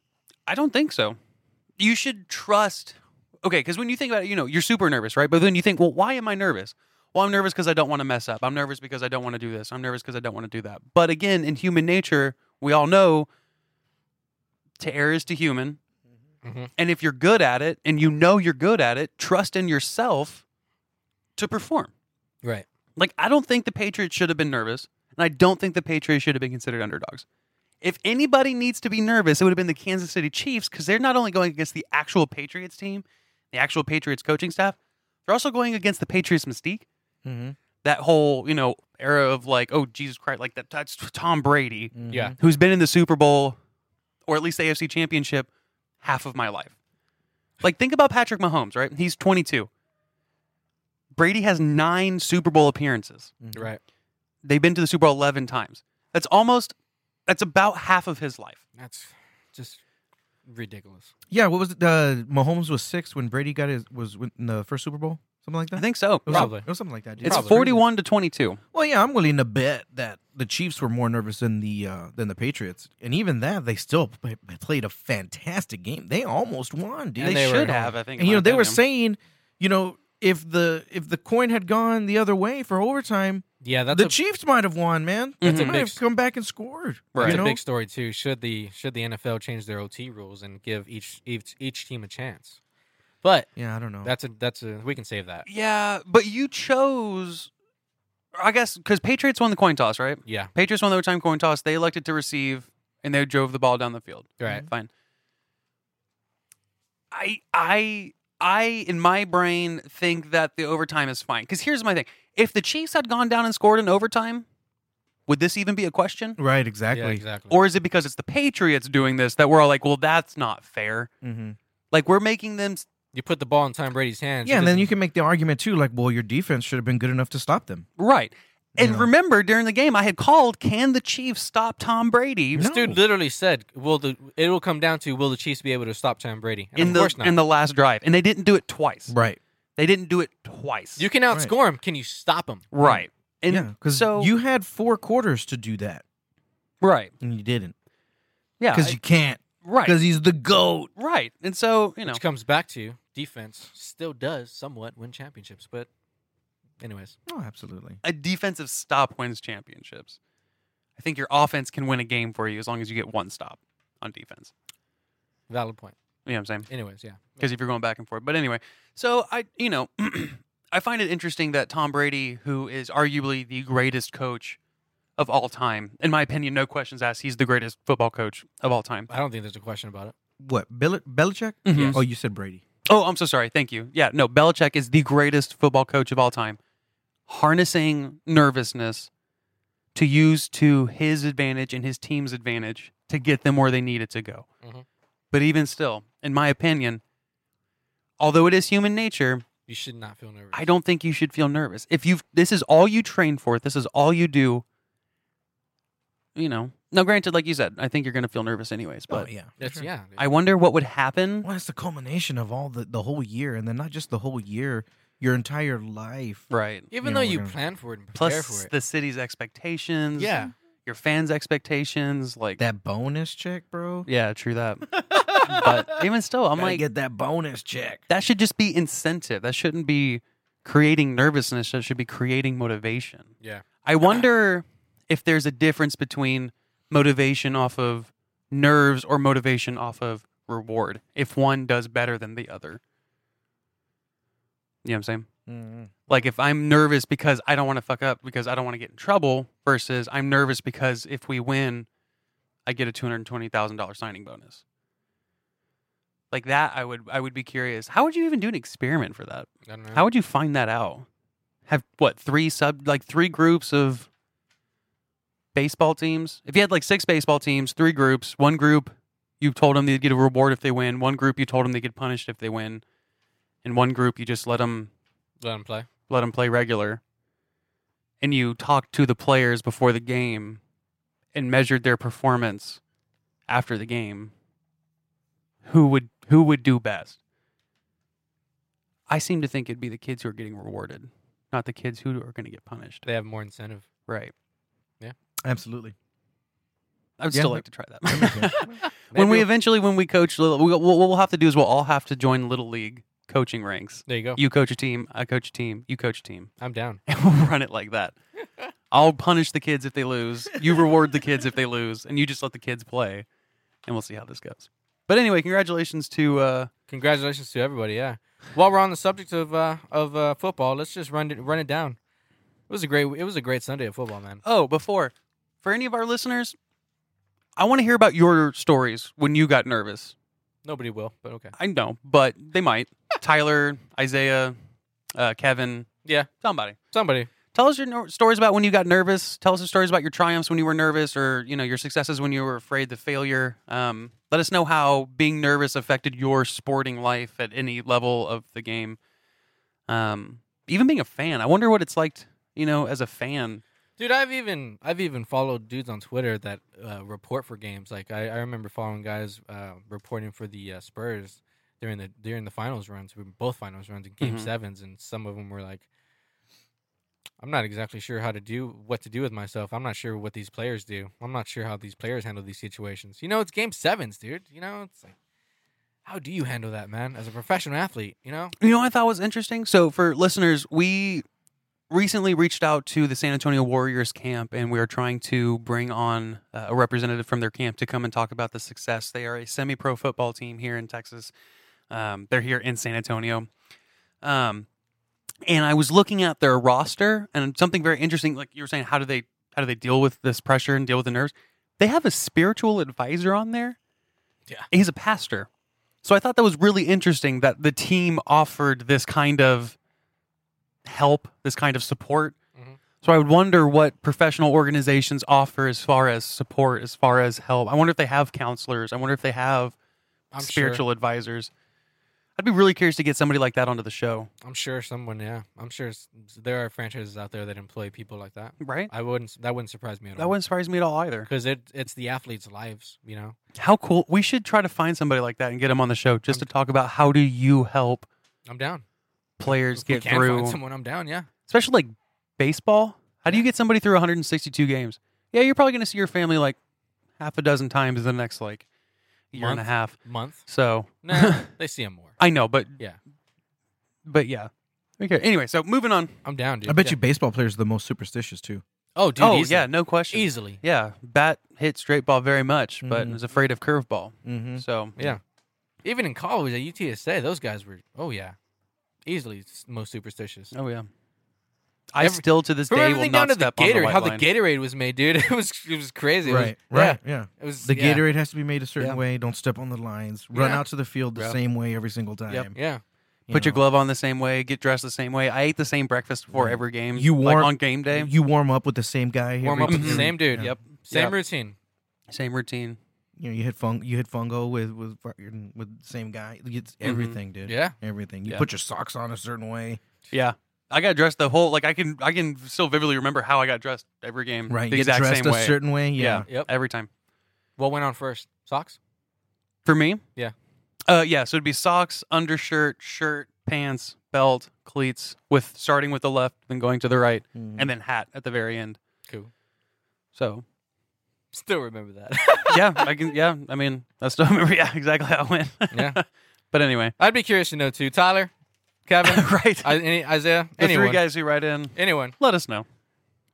S4: I don't think so. You should trust. Okay, because when you think about it, you know, you're super nervous, right? But then you think, well, why am I nervous? Well, I'm nervous because I don't want to mess up. I'm nervous because I don't want to do this. I'm nervous because I don't want to do that. But again, in human nature, we all know to err is to human.
S3: Mhm.
S4: And if you're good at it and you know you're good at it, trust in yourself to perform.
S3: Right.
S4: Like, I don't think the Patriots should have been nervous, and I don't think the Patriots should have been considered underdogs. If anybody needs to be nervous, it would have been the Kansas City Chiefs because they're not only going against the actual Patriots team, the actual Patriots coaching staff, they're also going against the Patriots mystique.
S2: Mm-hmm.
S4: That whole, you know, era of like, oh, Jesus Christ, like that, that's Tom Brady,
S2: Mm-hmm,
S3: Yeah.
S4: who's been in the Super Bowl or at least AFC Championship half of my life. Like, think about Patrick Mahomes, right? He's 22. Brady has nine Super Bowl appearances.
S3: Right.
S4: They've been to the Super Bowl 11 times. That's almost, that's about half of his life.
S3: That's just ridiculous.
S2: Yeah, what was it? Uh, Mahomes was six when Brady got his was in the first Super Bowl, something like that.
S4: I think so.
S2: it was
S3: Probably.
S2: It was something like that. Dude.
S4: It's
S3: Probably.
S4: 41 to 22.
S2: Well, yeah, I'm willing to bet that the Chiefs were more nervous than the uh, than the Patriots, and even that they still p- p- played a fantastic game. They almost won, dude.
S3: And
S4: they,
S3: they were
S4: should
S3: at home.
S4: have, I think.
S2: And,
S4: in
S2: you
S4: my
S2: know, they were
S4: opinion.
S2: saying, you know, if the if the coin had gone the other way for overtime,
S3: Yeah, that's
S2: the
S3: a,
S2: Chiefs might have won, man.
S4: That's a
S2: they might
S3: big
S2: have
S3: s-
S2: come back and scored. You
S4: Right.
S3: that's
S2: know?
S3: a big story too. Should the should the NFL change their OT rules and give each each, each team a chance? But
S2: yeah, I don't know.
S4: Oh.
S3: that's a that's a we can save that.
S4: Yeah, but you chose, I guess, because Patriots won the coin toss, right?
S3: Yeah.
S4: Patriots won the overtime coin toss. They elected to receive, and they drove the ball down the field.
S3: Right.
S4: Fine. I I I in my brain think that the overtime is fine because here's my thing: if the Chiefs had gone down and scored in overtime, would this even be a question?
S2: right,
S3: Yeah,
S2: exactly.
S3: exactly.
S4: Or is it because it's the Patriots doing this that we're all like, well, that's not fair.
S2: Mm-hmm.
S4: Like we're making them. s-
S3: you put the ball in Tom Brady's hands.
S2: Yeah,
S3: it
S2: and then
S3: doesn't-
S2: you can make the argument too, like, well, your defense should have been good enough to stop them.
S4: Right. And
S2: know.
S4: remember, during the game, I had called, "Can the Chiefs stop Tom Brady?"
S3: This dude literally said, "Will the it will come down to will the Chiefs be able to stop Tom Brady?" And
S4: in
S3: of
S4: the
S3: course not.
S4: in the last drive, and they didn't do it twice.
S2: right.
S4: They didn't do it twice.
S3: you can outscore him. Can you stop him?
S4: right? And
S2: yeah, because
S4: so
S2: you had four quarters to do that,
S4: right,
S2: and you didn't
S4: yeah,
S2: because
S4: I-
S2: you can't
S4: right,
S2: because he's the goat.
S4: right. And so you know,
S3: Which comes back to defense still does somewhat win championships, but anyways,
S2: Oh, absolutely.
S4: a defensive stop wins championships. I think your offense can win a game for you as long as you get one stop on defense.
S3: valid point.
S4: You know what I'm saying?
S3: Anyways, yeah.
S4: because if you're going back and forth. But anyway, so I, you know, I find it interesting that Tom Brady, who is arguably the greatest coach of all time, in my opinion, no questions asked, he's the greatest football coach of all time.
S3: I don't think there's a question about it.
S2: What Bel- Belichick?
S4: Mhm.
S2: Oh, you said Brady.
S4: Oh, I'm so sorry. Thank you. Yeah, no, Belichick is the greatest football coach of all time. Harnessing nervousness to use to his advantage and his team's advantage to get them where they needed to go.
S3: Mhm.
S4: But even still, in my opinion, although it is human nature,
S3: You should not feel nervous.
S4: I don't think you should feel nervous. If you've this is all you train for, this is all you do. You know. Now granted, like you said, I think you're gonna feel nervous anyways, but
S2: oh, yeah,
S3: That's yeah.
S4: I wonder what would happen.
S2: Well, it's the culmination of all the the whole year, and then not just the whole year, your entire life.
S4: Right.
S3: Even
S2: you know,
S3: though
S2: we're
S3: you
S2: gonna-
S3: plan for it and prepare
S4: Plus
S3: for
S4: the city's expectations.
S3: it, yeah.
S4: Your fans' expectations. Like
S2: That bonus check, bro.
S4: Yeah, true that. but even still, I'm
S2: Gotta
S4: like
S2: get that bonus check.
S4: that should just be incentive. That shouldn't be creating nervousness. That should be creating motivation.
S3: Yeah.
S4: I wonder if there's a difference between motivation off of nerves or motivation off of reward. If one does better than the other. You know what I'm saying?
S2: Mm.
S4: Like if I'm nervous because I don't want to fuck up because I don't want to get in trouble versus I'm nervous because if we win, I get a two hundred twenty thousand dollar signing bonus. Like that, I would I would be curious. How would you even do an experiment for that?
S3: I don't know.
S4: How would you find that out? Have what three sub like three groups of baseball teams? If you had like six baseball teams, three groups, one group you told them they'd get a reward if they win, one group you told them they get punished if they win, and one group you just let them
S3: let him play?
S4: let them play regular, and you talked to the players before the game and measured their performance after the game. Who would who would do best? I seem to think it'd be the kids who are getting rewarded, not the kids who are going to get punished.
S3: They have more incentive.
S4: Right.
S2: Absolutely.
S4: I would
S2: Yeah.
S4: still like to try
S2: makes sense.
S4: that. when we
S3: Maybe-
S4: eventually, when we coach, little, we, what we'll have to do is we'll all have to join little league coaching ranks.
S3: There you go.
S4: You coach a team, I coach a team, you coach a team.
S3: I'm down.
S4: and we'll run it like that. I'll punish the kids if they lose. You reward the kids if they lose, and you just let the kids play, and we'll see how this goes. But anyway, congratulations to uh,
S3: Congratulations to everybody. Yeah. While we're on the subject of uh, of uh, football, let's just run it run it down. It was a great it was a great Sunday of football, man.
S4: oh before for any of our listeners, I want to hear about your stories when you got nervous.
S3: Nobody will, but okay.
S4: I know, but they might. Tyler, Isaiah, uh, Kevin,
S3: Yeah.
S4: somebody.
S3: Somebody.
S4: Tell us your nor- stories about when you got nervous. Tell us the stories about your triumphs when you were nervous, or you know your successes when you were afraid the failure. Um, let us know how being nervous affected your sporting life at any level of the game. Um, even being a fan, I wonder what it's like. t- you know, as a fan,
S3: Dude, I've even I've even followed dudes on Twitter that uh, report for games. Like I, I remember following guys uh, reporting for the uh, Spurs during the during the finals runs, both finals runs and game
S4: Mhm.
S3: sevens, and some of them were like, "I'm not exactly sure how to do what to do with myself. I'm not sure what these players do. I'm not sure how these players handle these situations. You know, it's game sevens, dude. You know, it's like, how do you handle that, man? As a professional athlete, you know,
S4: You know what I thought was interesting? So for listeners, we recently reached out to the San Antonio Warriors camp and we are trying to bring on uh, a representative from their camp to come and talk about the success. They are a semi-pro football team here in Texas. Um, they're here in San Antonio. Um, and I was looking at their roster and something very interesting like you were saying how do they how do they deal with this pressure and deal with the nerves? They have a spiritual advisor on there.
S3: Yeah.
S4: He's a pastor. So I thought that was really interesting that the team offered this kind of help, this kind of support.
S3: Mhm.
S4: So I would wonder what professional organizations offer as far as support, as far as help. I wonder if they have counselors. I wonder if they have
S3: I'm sure.
S4: spiritual advisors. I'd be really curious to get somebody like that onto the show,
S3: I'm sure someone. Yeah, I'm sure s- there are franchises out there that employ people like that.
S4: right?
S3: I wouldn't. That wouldn't surprise me at
S4: That
S3: all.
S4: wouldn't surprise me at all either.
S3: Because it it's the athletes' lives. You know.
S4: How cool! We should try to find somebody like that and get them on the show just to talk about how do you help
S3: I'm down.
S4: players
S3: If we
S4: get
S3: can
S4: through,
S3: Find someone. I'm down. Yeah.
S4: especially like baseball. How do you get somebody through 162 games? Yeah, you're probably going to see your family like half a dozen times in the next like year and a
S3: Month.
S4: half.
S3: Month.
S4: So
S3: Nah, they see him more.
S4: I know, but
S3: Yeah.
S4: but yeah. Okay. Anyway, so moving on.
S3: I'm down, dude.
S2: I bet
S3: Yeah.
S2: you baseball players are the most superstitious too.
S3: Oh, dude.
S4: oh
S3: easily.
S4: yeah, no question.
S3: Easily.
S4: Yeah, bat hit straight ball very much, but
S2: Mhm.
S4: was afraid of curveball.
S2: Mm-hmm.
S4: So
S3: Yeah. Even in college at UTSA, those guys were. Oh yeah. Easily s- most superstitious.
S4: oh yeah. I
S3: Every-
S4: still to this
S3: From
S4: day will
S3: everything down
S4: not
S3: to the
S4: step on the
S3: Gatorade,
S4: white
S3: how
S4: line.
S3: the Gatorade was made, dude. It was it was crazy. It was-
S2: Right,
S3: yeah.
S2: right, yeah.
S3: It was
S2: The
S3: yeah.
S2: Gatorade has to be made a certain
S4: Yeah.
S2: way. Don't step on the lines. Run
S3: Yeah.
S2: out to the field the
S4: Yeah.
S2: same way every single time.
S4: Yep.
S3: Yeah.
S2: you
S4: Put your
S3: Mm-hmm.
S2: know.
S4: glove on the same way, get dressed the same way. I ate the same breakfast before every game.
S2: You
S4: like,
S2: warm-
S4: on game day.
S2: You warm up with the same guy.
S3: Warm
S2: every
S3: up with the
S2: time.
S3: same dude.
S2: Yeah.
S4: Yep.
S3: Same
S4: Yep.
S3: routine.
S4: Same routine.
S2: You know, you hit fung, you hit fungo with with fucking- with the same guy. It's everything, dude.
S3: Yeah.
S2: everything. You
S4: Mm-hmm. Yeah.
S2: put your socks on a certain way.
S4: Yeah. I got dressed the whole like I can I can still vividly remember how I got dressed every game.
S2: Right,
S4: Mm-hmm. The
S2: you get
S4: exact
S2: dressed
S4: same
S2: a
S4: way.
S2: certain way. Yeah.
S4: yeah.
S3: Yep.
S4: Every time.
S3: What went on first? Socks.
S4: For me?
S3: Yeah.
S4: Uh yeah, so it'd be socks, undershirt, shirt, pants, belt, cleats, with starting with the left, then going to the right,
S2: Mhm.
S4: and then hat at the very end.
S3: Cool.
S4: So
S3: Still remember that.
S4: yeah, I can yeah, I mean I still remember yeah, exactly how it went.
S3: Yeah.
S4: but anyway.
S3: I'd be curious to know too. Tyler, Kevin,
S4: right.
S3: I, any, Isaiah,
S4: the
S3: anyone,
S4: three guys who write in,
S3: anyone.
S4: let us know.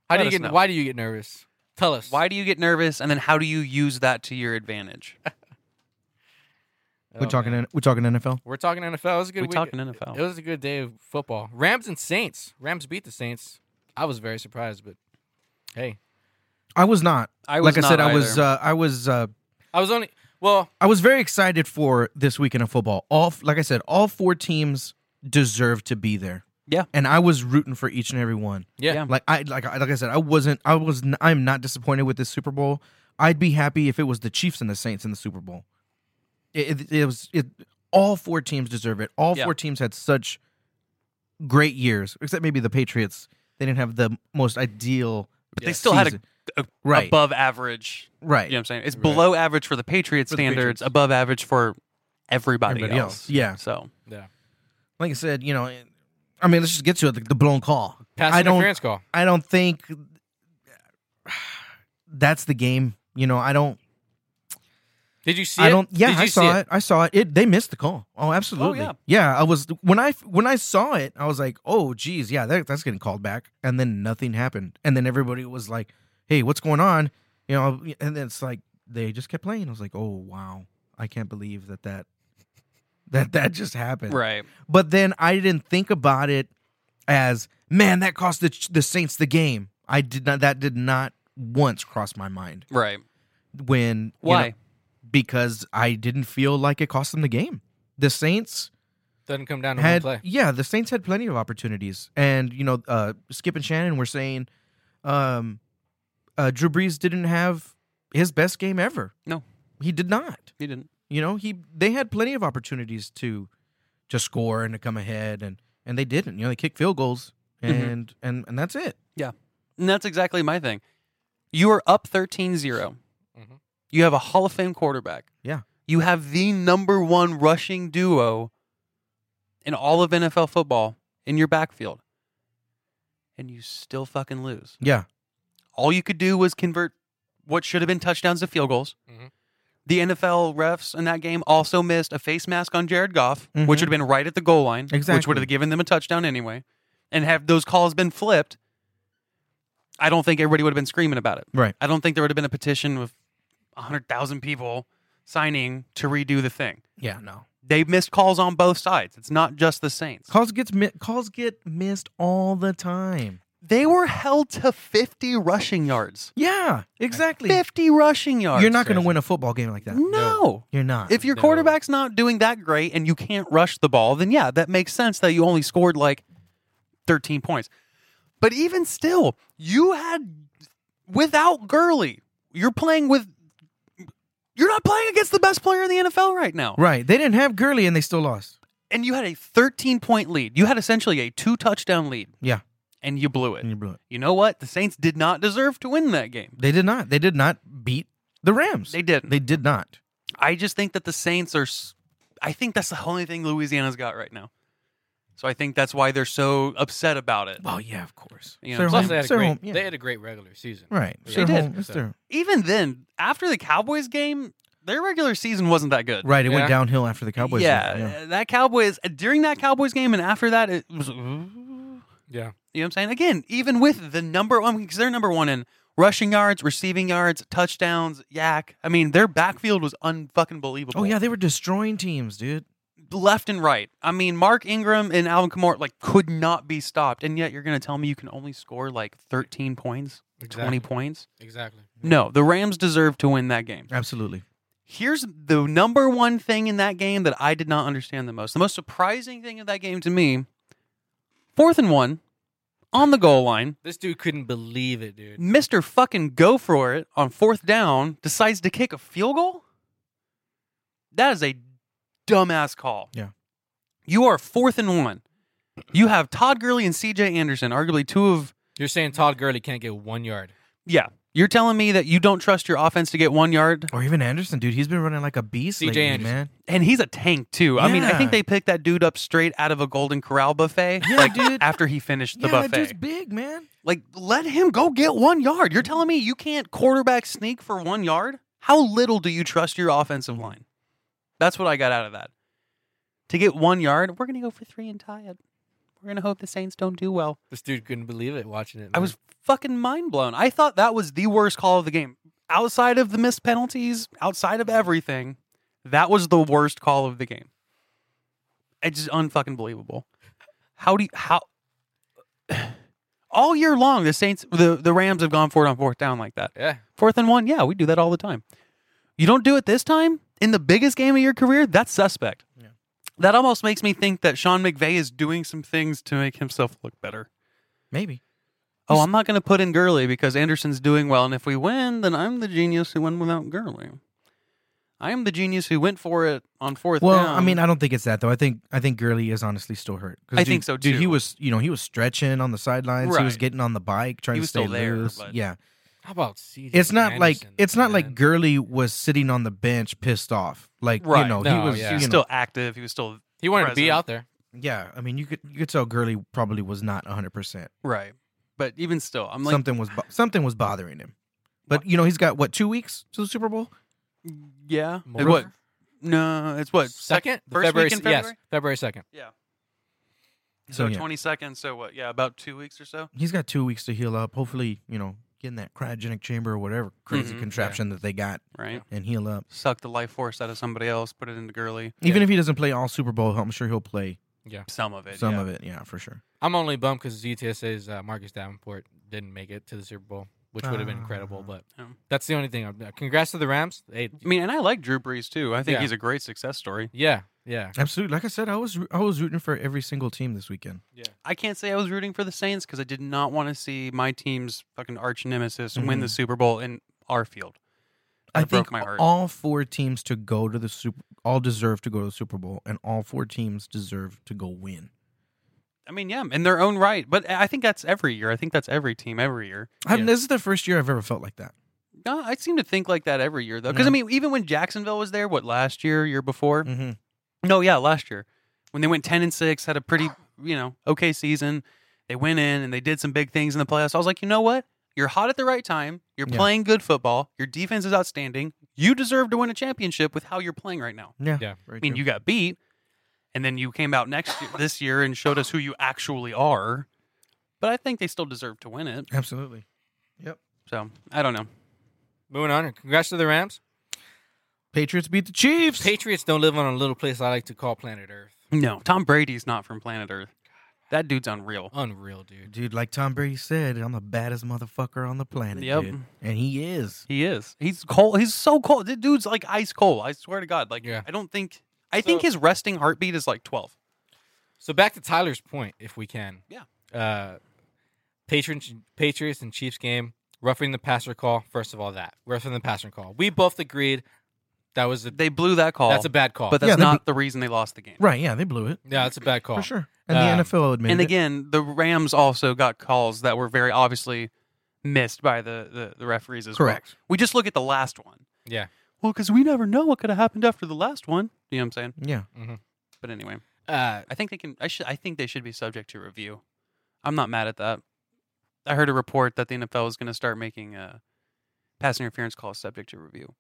S3: How
S4: Let
S3: do you
S4: us
S3: get?
S4: know.
S3: Why do you get nervous? Tell us.
S4: Why do you get nervous and then how do you use that to your advantage?
S3: Oh,
S4: oh,
S2: We're talking.
S3: man.
S2: N- we're talking NFL.
S3: We're talking NFL. It was a good
S4: We
S3: week.
S4: talking NFL.
S3: It was a good day of football. Rams and Saints. Rams beat the Saints. I was very surprised, but hey,
S2: I was not.
S4: I
S2: like
S4: was
S2: I said,
S4: not
S2: I was.
S4: either.
S2: Uh, I was. Uh,
S3: I was only well.
S2: I was very excited for this weekend of football. All f- like I said, all four teams deserve to be there.
S4: Yeah.
S2: and I was rooting for each and every one.
S3: Yeah,
S4: Yeah.
S2: Like I like I- like I said, I wasn't. I was. n- I'm not disappointed with this Super Bowl. I'd be happy if it was the Chiefs and the Saints in the Super Bowl. It, it, it was. It all four teams deserve it. All
S4: Yeah.
S2: four teams had such great years, except maybe the Patriots. They didn't have the most ideal.
S4: But they still had
S2: uh,
S4: a-
S2: season.
S4: a-
S2: right,
S4: above average
S2: right.
S4: You know what I'm saying? It's
S3: Right.
S4: below average for the Patriot
S2: For the
S4: standards,
S2: Patriots.
S4: above average for everybody,
S2: Everybody
S4: else.
S2: else. Yeah.
S4: So
S2: Like I said, you know, I mean, let's just get to it. The, the blown call.
S3: pass
S2: I don't-
S3: interference call.
S2: I don't think that's the game. You know, I don't.
S3: Did you see?
S2: I
S3: it?
S2: don't. Yeah,
S3: Did you
S2: I
S3: see
S2: saw it? I saw it. It they missed the call. Oh, absolutely.
S4: yeah.
S2: yeah. I was when I when I saw it, I was like, oh, geez, yeah, that, that's getting called back. And then nothing happened. And then everybody was like, hey, what's going on? You know, and then it's like they just kept playing. I was like, oh wow, I can't believe that that that that just happened.
S4: right,
S2: But then I didn't think about it as man that cost the the Saints the game. I did not. That did not once cross my mind
S4: right.
S2: when you
S4: Why?
S2: know, because I didn't feel like it cost them the game. The Saints
S3: Doesn't come down to
S2: had
S3: one play.
S2: yeah, the Saints had plenty of opportunities, and you know, uh, Skip and Shannon were saying, um, uh, Drew Brees didn't have his best game ever.
S4: No.
S2: he did not.
S4: you didn't.
S2: You know, he they had plenty of opportunities to to score and to come ahead, and and they didn't. You know, they kicked field goals,
S4: Mhm.
S2: and and and that's it.
S4: And that's exactly my thing. You are up 13 0.
S3: Mhm.
S4: You have a Hall of Fame quarterback.
S2: Yeah.
S4: You have the number one rushing duo in all of NFL football in your backfield. And you still fucking lose.
S2: Yeah,
S4: All you could do was convert what should have been touchdowns to field goals.
S3: Mhm.
S4: The NFL refs in that game also missed a face mask on Jared Goff, which
S2: Mhm.
S4: would have been right at the goal line, which would
S2: Exactly.
S4: have given them a touchdown anyway. And have those calls been flipped, I don't think everybody would have been screaming about it.
S2: right.
S4: I don't think there would have been a petition with 100,000 people signing to redo the thing.
S2: Yeah, no.
S4: They missed calls on both sides. It's not just the Saints.
S2: Calls gets mi- calls get missed all the time.
S4: They were held to 50 rushing yards.
S2: Yeah, exactly.
S4: 50 rushing yards.
S2: You're not going to
S3: crazy.
S2: win a football game like that.
S4: No.
S2: You're not.
S4: If your
S3: No.
S4: quarterback's not doing that great and you can't rush the ball, then yeah, that makes sense that you only scored like 13 points. But even still, you had without Gurley, you're playing with you're not playing against the best player in the NFL right now.
S2: right. They didn't have Gurley and they still lost.
S4: and you had a 13 point lead. You had essentially a two touchdown lead.
S2: Yeah.
S4: And you blew it.
S2: And you blew it.
S4: You know what? The Saints did not deserve to win that game.
S2: They did not. They did not beat the Rams.
S4: They didn't.
S2: They did not.
S4: I just think that the Saints are. s- I think that's the only thing Louisiana's got right now. So I think that's why they're so upset about it.
S2: Well, yeah, of course.
S4: You know,
S2: It's their
S3: Plus,
S2: home-
S3: they had, a
S2: it's their
S3: great,
S2: home- yeah.
S3: they had a great regular season.
S2: Right.
S3: They
S2: It's their
S4: did.
S2: home- it's their-
S4: Even then, after the Cowboys game, their regular season wasn't that good.
S2: Right. It
S3: Yeah.
S2: went downhill after the Cowboys.
S4: yeah,
S2: game,
S4: uh, that Cowboys during that Cowboys game and after that it was. You
S3: Yeah.
S4: know what I'm saying? Again, even with the number one, because they're number one in rushing yards, receiving yards, touchdowns, yak. I mean, their backfield was unfucking believable.
S2: Oh yeah, they were destroying teams, dude.
S4: left and right. I mean, Mark Ingram and Alvin Kamara like could not be stopped, and yet you're going to tell me you can only score like 13 points, 20
S3: Exactly.
S4: points?
S3: Exactly.
S4: No, the Rams deserve to win that game.
S2: Absolutely.
S4: Here's the number one thing in that game that I did not understand the most. The most surprising thing of that game to me: fourth and one on the goal line.
S3: This dude couldn't believe it, dude.
S4: Mr. fucking go for it on fourth down decides to kick a field goal? That is a dumbass call.
S2: Yeah.
S4: You are fourth and one. You have Todd Gurley and CJ Anderson, arguably two of
S3: You're saying Todd Gurley can't get one yard.
S4: Yeah. You're telling me that you don't trust your offense to get one yard?
S2: Or even Anderson, dude. He's been running like a beast
S3: CJ
S2: lately,
S3: Anderson.
S2: man.
S4: And he's a tank too. I mean, I
S2: Yeah.
S4: think they picked that dude up straight out of a Golden Corral buffet.
S2: Yeah,
S4: like
S2: dude.
S4: after he finished the
S2: yeah, that
S4: buffet.
S2: dude's big, man.
S4: Like, let him go get one yard. You're telling me you can't quarterback sneak for one yard? How little do you trust your offensive line? That's what I got out of that. To get one yard, we're going to go for three and tie it. We're going to hope the Saints don't do well.
S3: This dude couldn't believe it watching it.
S4: I
S3: man.
S4: was fucking mind blown. I thought that was the worst call of the game. Outside of the missed penalties, outside of everything, that was the worst call of the game. It's just unfucking believable. How do you how all year long the Saints the, the Rams have gone for it on fourth down like that.
S3: Yeah.
S4: Fourth and one, yeah, we do that all the time. You don't do it this time in the biggest game of your career, that's suspect.
S2: Yeah.
S4: That almost makes me think that Sean McVay is doing some things to make himself look better.
S2: Maybe.
S4: Oh, I'm not going to put in Gurley because Anderson's doing well, and if we win, then I'm the genius who won without Gurley. I am the genius who went for it on fourth
S2: Well,
S4: down.
S2: I mean, I don't think it's that though. I think I think Gurley is honestly still hurt. 'Cause,
S4: I
S2: dude-
S4: think so,
S2: Dude, he
S4: too.
S2: was you know he was stretching on the sidelines. He was
S4: Right.
S2: getting on the bike, trying
S4: He
S2: to
S4: was
S2: stay
S4: still there,
S2: loose.
S4: but-
S2: Yeah,
S3: How about CJ?
S2: it's not like
S3: Anderson,
S2: it's not like
S3: man?
S2: Gurley was sitting on the bench pissed off. Like
S4: Right.
S2: you know
S3: No,
S2: he was
S3: yeah.
S4: he
S2: you
S4: was
S2: know,
S4: still active. He was still
S3: he wanted to be
S4: present.
S3: out there.
S2: yeah. I mean you could you could tell Gurley probably was not hundred percent.
S4: right, but even still, I'm like,
S2: something was bo- something was bothering him. But you know he's got what two weeks to the Super Bowl.
S4: yeah,
S3: More?
S4: It what? No, it's what
S3: Second,
S4: first
S3: February,
S4: week in
S3: yes,
S4: February?
S3: February second.
S4: So
S2: So, yeah.
S4: 22nd. So what? Yeah, about two weeks or so.
S2: He's got two weeks to heal up. Hopefully you know get in that cryogenic chamber or whatever crazy
S4: Mhm, yeah.
S2: contraption that they got
S4: Right,
S2: and heal up.
S4: suck the life force out of somebody else, put it into Gurley.
S2: Even
S3: Yeah.
S2: if he doesn't play all Super Bowl, I'm sure he'll play
S4: Some of it.
S2: some
S4: yeah.
S2: of it. Yeah, for sure.
S3: I'm only bummed because ZTSA's uh, Marcus Davenport didn't make it to the Super Bowl, which would have been incredible.
S2: Ah.
S3: But
S4: Yeah.
S3: that's the only thing. I'm, uh, congrats to the Rams. Hey,
S4: I mean, and I like Drew Brees too. I think
S3: Yeah.
S4: he's a great success story.
S3: yeah, yeah.
S2: Absolutely. Like I said, I was I was rooting for every single team this weekend.
S4: I can't say I was rooting for the Saints because I did not want to see my team's fucking arch nemesis win the
S2: Mhm.
S4: Super Bowl in our field.
S2: I
S4: That broke
S2: think
S4: my heart.
S2: all four teams to go to the super all deserve to go to the Super Bowl, and all four teams deserve to go win.
S4: I mean, yeah, in their own right. But I think that's every year. I think that's every team every year.
S2: I mean,
S3: Yeah.
S2: this is the first year I've ever felt like that.
S4: No, I seem to think like that every year though. Because I
S2: Yeah.
S4: mean, even when Jacksonville was there, what last year, year before?
S2: Mm-hmm.
S4: No, yeah, last year when they went ten and six, had a pretty you know okay season. They went in and they did some big things in the playoffs. I was like, you know what? You're hot at the right time. You're
S2: Yeah.
S4: playing good football. Your defense is outstanding. You deserve to win a championship with how you're playing right now.
S2: Yeah,
S3: Yeah.
S2: very
S4: I mean,
S2: true.
S4: you got beat, and then you came out next year, this year and showed us who you actually are. But I think they still deserve to win it.
S2: absolutely.
S4: So I don't know.
S3: Moving on. Congrats to the Rams.
S2: Patriots beat the Chiefs.
S3: Patriots don't live on a little place I like to call planet Earth.
S4: No, Tom Brady's not from planet Earth. That dude's unreal.
S3: Unreal, dude.
S2: Dude, like Tom Brady said, I'm the baddest motherfucker on the planet.
S4: Yep.
S2: dude. and he is.
S4: He is. He's cold. He's so cold. The dude's like ice cold. I swear to God. Like
S3: Yeah.
S4: I don't think. I think
S3: So-
S4: his resting heartbeat is like twelve.
S3: So back to Tyler's point, if we can.
S4: Yeah.
S3: Uh, Patriots, Patriots and Chiefs game, roughing the passer call. First of all, that roughing the passer call. We both agreed that was a,
S4: They blew that call.
S3: that's a bad call.
S4: but
S2: Yeah,
S4: that's
S2: they
S4: not the reason they lost the game.
S2: Right, yeah, they blew it.
S3: yeah, that's a bad call
S2: For sure. And
S3: Uh,
S2: the NFL admitted
S4: And
S2: it.
S4: again, the Rams also got calls that were very obviously missed by the, the, the referees as
S2: Correct.
S4: well. We just look at the last one.
S3: Yeah.
S4: Well, because we never know what could have happened after the last one. You know what I'm saying?
S2: Yeah.
S4: But anyway,
S3: Uh,
S4: I think they can. I should. I think they should be subject to review. I'm not mad at that. I heard a report that the NFL is going to start making uh, pass interference calls subject to review.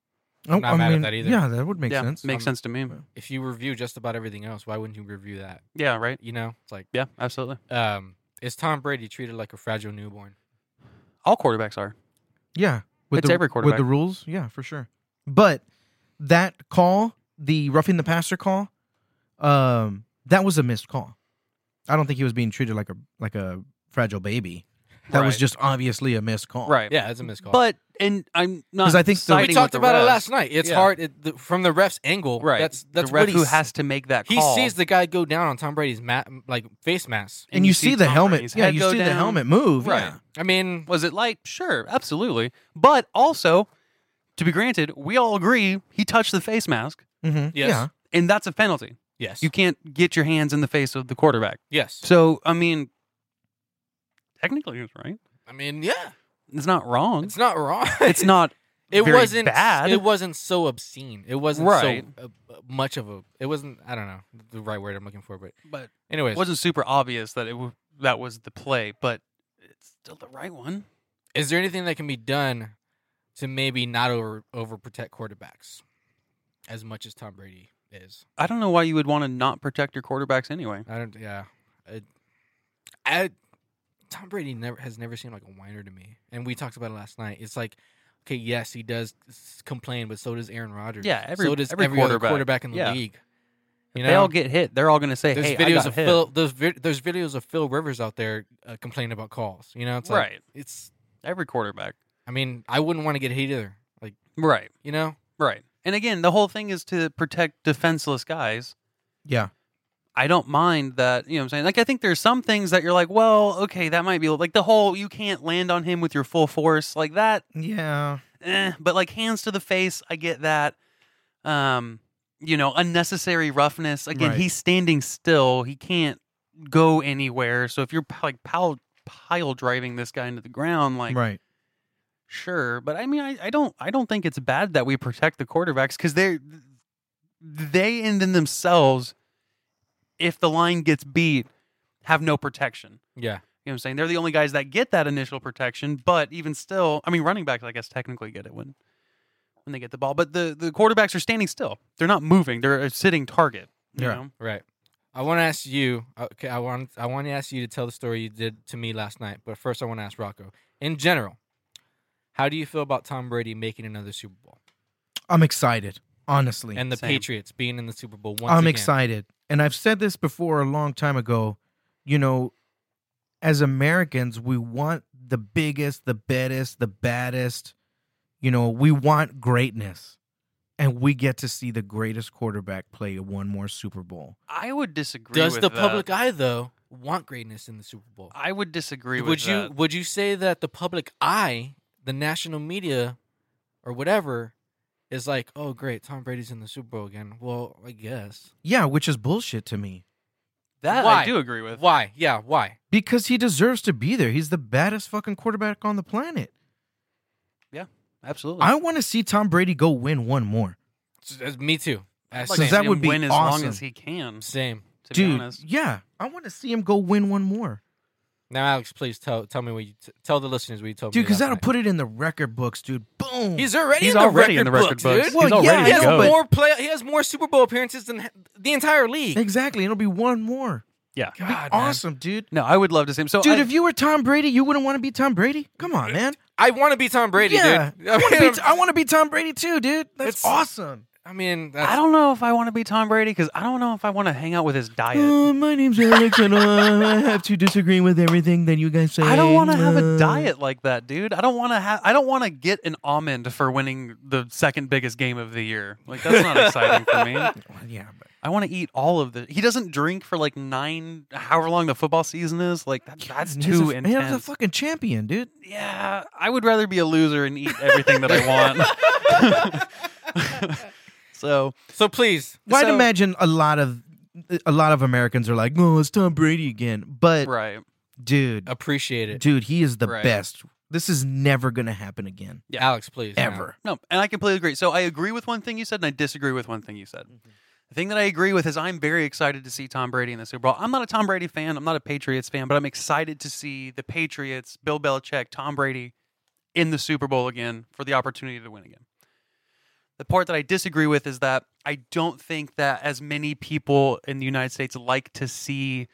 S2: Oh,
S3: not mad at that either.
S2: Yeah, that would make
S4: yeah,
S2: sense.
S4: makes
S3: Um,
S4: sense to me.
S3: if you review just about everything else, why wouldn't you review that?
S4: Yeah, right.
S3: You know, it's like,
S4: Yeah, absolutely.
S3: um, is Tom Brady treated like a fragile newborn?
S4: All quarterbacks are.
S2: Yeah,
S4: It's every
S2: with
S4: quarterback.
S2: the rules. Yeah, for sure. But that call, the roughing the passer call, um, that was a missed call. I don't think he was being treated like a like a fragile baby. That was
S4: Right.
S2: just obviously a missed call.
S4: Right.
S3: Yeah, that's a missed call.
S4: But and I'm not.
S2: 'Cause I think the-
S4: siding
S3: we
S4: with
S3: talked
S4: the
S3: about it
S4: refs.
S3: last night. It's
S4: Yeah.
S3: hard it, the, from the ref's angle.
S4: Right.
S3: That's that's
S4: the ref
S3: what he
S4: who
S3: s-
S4: has to make that
S3: He
S4: call.
S3: sees the guy go down on Tom Brady's mat, like face mask.
S2: And, you, see, the
S4: Tom
S2: helmet.
S4: Brady's
S2: Yeah,
S4: head
S2: you
S4: go
S2: see the
S4: down.
S2: helmet move.
S4: Right.
S2: yeah.
S3: I mean,
S4: Was it light? Sure, absolutely. But also, to be granted, we all agree he touched the face mask,
S2: Mhm,
S3: Yes.
S2: Yeah.
S4: and that's a penalty.
S3: yes,
S4: You can't get your hands in the face of the quarterback.
S3: yes.
S4: So I mean, technically it's right.
S3: I mean, yeah,
S4: It's not wrong. It's,
S3: it's not wrong.
S4: not.
S3: it
S4: very
S3: wasn't
S4: bad.
S3: It wasn't so obscene. It wasn't
S4: Right.
S3: so uh, uh, much of a. It wasn't. I don't know the right word I'm looking for, but
S4: But
S3: anyways,
S4: it wasn't super obvious that it w- that was the play. But it's still the right one.
S3: is there anything that can be done to maybe not over overprotect quarterbacks as much as Tom Brady is?
S4: I don't know why you would want to not protect your quarterbacks anyway.
S3: I don't. Yeah, I, I Tom Brady never has never seemed like a whiner to me, and we talked about it last night. It's like, okay, yes, he does s- complain, but so does Aaron Rodgers.
S4: Yeah, every-
S3: so does
S4: every
S3: other
S4: quarterback.
S3: quarterback in the
S4: Yeah.
S3: league. You
S4: they
S3: know,
S4: all get hit. They're all going to say,
S3: there's
S4: "Hey, I
S3: videos
S4: got
S3: of
S4: hit."
S3: Phil. There's vi- there's videos of Phil Rivers out there uh, complaining about calls. You know, it's like,
S4: Right.
S3: It's.
S4: Every quarterback.
S3: I mean, I wouldn't want to get hit either. Like,
S4: Right.
S3: you know,
S4: Right. And again, the whole thing is to protect defenseless guys.
S2: Yeah.
S4: I don't mind that, you know what I'm saying? Like I think there's some things that you're like, well, okay, that might be like the whole you can't land on him with your full force like that.
S2: Yeah.
S4: Eh, but like hands to the face, I get that. Um, you know, unnecessary roughness. Again,
S2: Right.
S4: he's standing still. He can't go anywhere. So if you're like pile pile driving this guy into the ground like
S2: right.
S4: sure but i mean i, I don't i don't think it's bad that we protect the quarterbacks because they're they and in themselves if the line gets beat have no protection
S3: yeah,
S4: you know what i'm saying they're the only guys that get that initial protection but even still i mean running backs i guess technically get it when when they get the ball but the the quarterbacks are standing still they're not moving they're a sitting target you
S2: Yeah.
S4: know?
S3: right. I want to ask you. Okay, I want I want to ask you to tell the story you did to me last night. But first, I want to ask Rocco. In general, how do you feel about Tom Brady making another Super Bowl
S2: I'm excited, honestly.
S3: and the
S4: Same.
S3: Patriots being in the Super Bowl once
S2: I'm
S3: again?
S2: excited. And I've said this before a long time ago. You know, as Americans, we want the biggest, the baddest, the baddest. You know, we want greatness. And we get to see the greatest quarterback play one more Super Bowl.
S4: i would disagree
S3: Does
S4: with
S3: the
S4: that.
S3: public eye though want greatness in the Super Bowl?
S4: i would disagree
S3: would
S4: with
S3: you
S4: that.
S3: would you say that the public eye, the national media, or whatever, is like, oh great, Tom Brady's in the Super Bowl again? Well, I guess.
S2: Yeah, which is bullshit to me.
S4: that
S3: Why?
S4: i do agree with
S3: Why? Yeah, why?
S2: Because he deserves to be there. He's the baddest fucking quarterback on the planet.
S4: absolutely
S2: I want to see Tom Brady go win one more.
S3: S- as- Me too. As
S2: Like,
S4: to
S3: same.
S2: that
S4: see
S2: would
S4: him
S2: be
S4: win as
S2: awesome.
S4: long as he can.
S3: same.
S4: To be
S2: Dude,
S4: honest,
S2: yeah. I want to see him go win one more.
S3: Now, Alex, please tell tell me what you t- tell the listeners what you told me.
S2: dude, because
S3: last
S2: that'll
S3: night.
S2: put it in the record books, dude. Boom.
S3: He's already
S4: He's
S3: in the
S4: already in
S3: record
S4: the record
S3: books,
S4: books.
S3: dude.
S2: Well,
S4: He's
S2: yeah,
S4: already
S3: he has
S4: goat.
S3: more play. He has more Super Bowl appearances than h- the entire league.
S2: exactly. It'll be one more.
S4: Yeah.
S2: God,
S3: man.
S2: awesome, dude.
S4: No, I would love to see him. So,
S2: Dude,
S4: I-
S2: if you were Tom Brady, you wouldn't want to be Tom Brady. Come on, man.
S3: I want to be Tom Brady,
S2: yeah,
S3: dude.
S2: I want to
S3: mean,
S2: be. I want to be Tom Brady too, dude. That's
S3: It's-
S2: awesome.
S3: I mean, that's,
S4: I don't know if I want to be Tom Brady because I don't know if I want to hang out with his diet.
S2: Uh, my name's Alex, and uh, I have to disagree with everything that you guys say.
S4: I don't want to have a
S2: Uh,
S4: diet like that, dude. I don't want to have. I don't want to get an almond for winning the second biggest game of the year. Like that's not exciting for me.
S2: Well, Yeah, but
S4: I want to eat all of the. He doesn't drink for like nine, however long the football season is. Like that, that's
S2: he's a-
S4: too
S2: man, He's a
S4: intense.
S2: fucking champion, dude.
S4: yeah, I would rather be a loser and eat everything that I want. So
S3: So please,
S2: Well, I'd
S4: So-
S2: imagine a lot of a lot of Americans are like, "Oh, it's Tom Brady again." But
S4: right,
S2: dude,
S3: appreciate it,
S2: dude, he is the
S4: Right.
S2: best. This is never going to happen again,
S4: Yeah.
S3: Alex. Please, no.
S2: ever.
S4: no, and I completely agree. So I agree with one thing you said, and I disagree with one thing you said. The thing that I agree with is I'm very excited to see Tom Brady in the Super Bowl. I'm not a Tom Brady fan. I'm not a Patriots fan, but I'm excited to see the Patriots, Bill Belichick, Tom Brady in the Super Bowl again for the opportunity to win again. The part that I disagree with is that I don't think that as many people in the United States like to see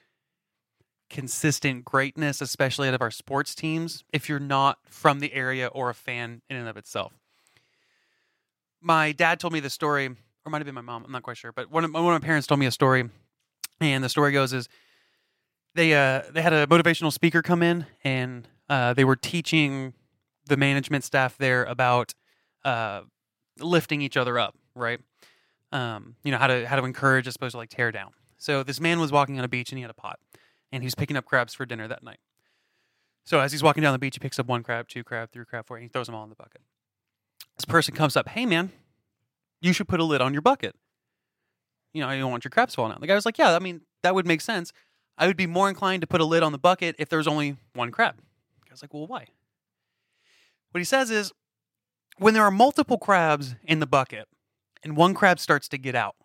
S4: consistent greatness, especially out of our sports teams, if you're not from the area or a fan in and of itself. My dad told me the story, or it might have been my mom, I'm not quite sure, but one of, one of my parents told me a story, and the story goes is they uh, they had a motivational speaker come in, and uh, they were teaching the management staff there about uh, lifting each other up, right? Um, you know how to how to encourage as opposed to like tear down. So this man was walking on a beach and he had a pot and he was picking up crabs for dinner that night. So as he's walking down the beach, he picks up one crab, two crab, three crab, four, and he throws them all in the bucket. This person comes up, hey man, you should put a lid on your bucket. You know, you don't want your crabs falling out. The guy was like, yeah, I mean, that would make sense. I would be more inclined to put a lid on the bucket if there was only one crab. I was like, well, why? What he says is, when there are multiple crabs in the bucket and one crab starts to get out,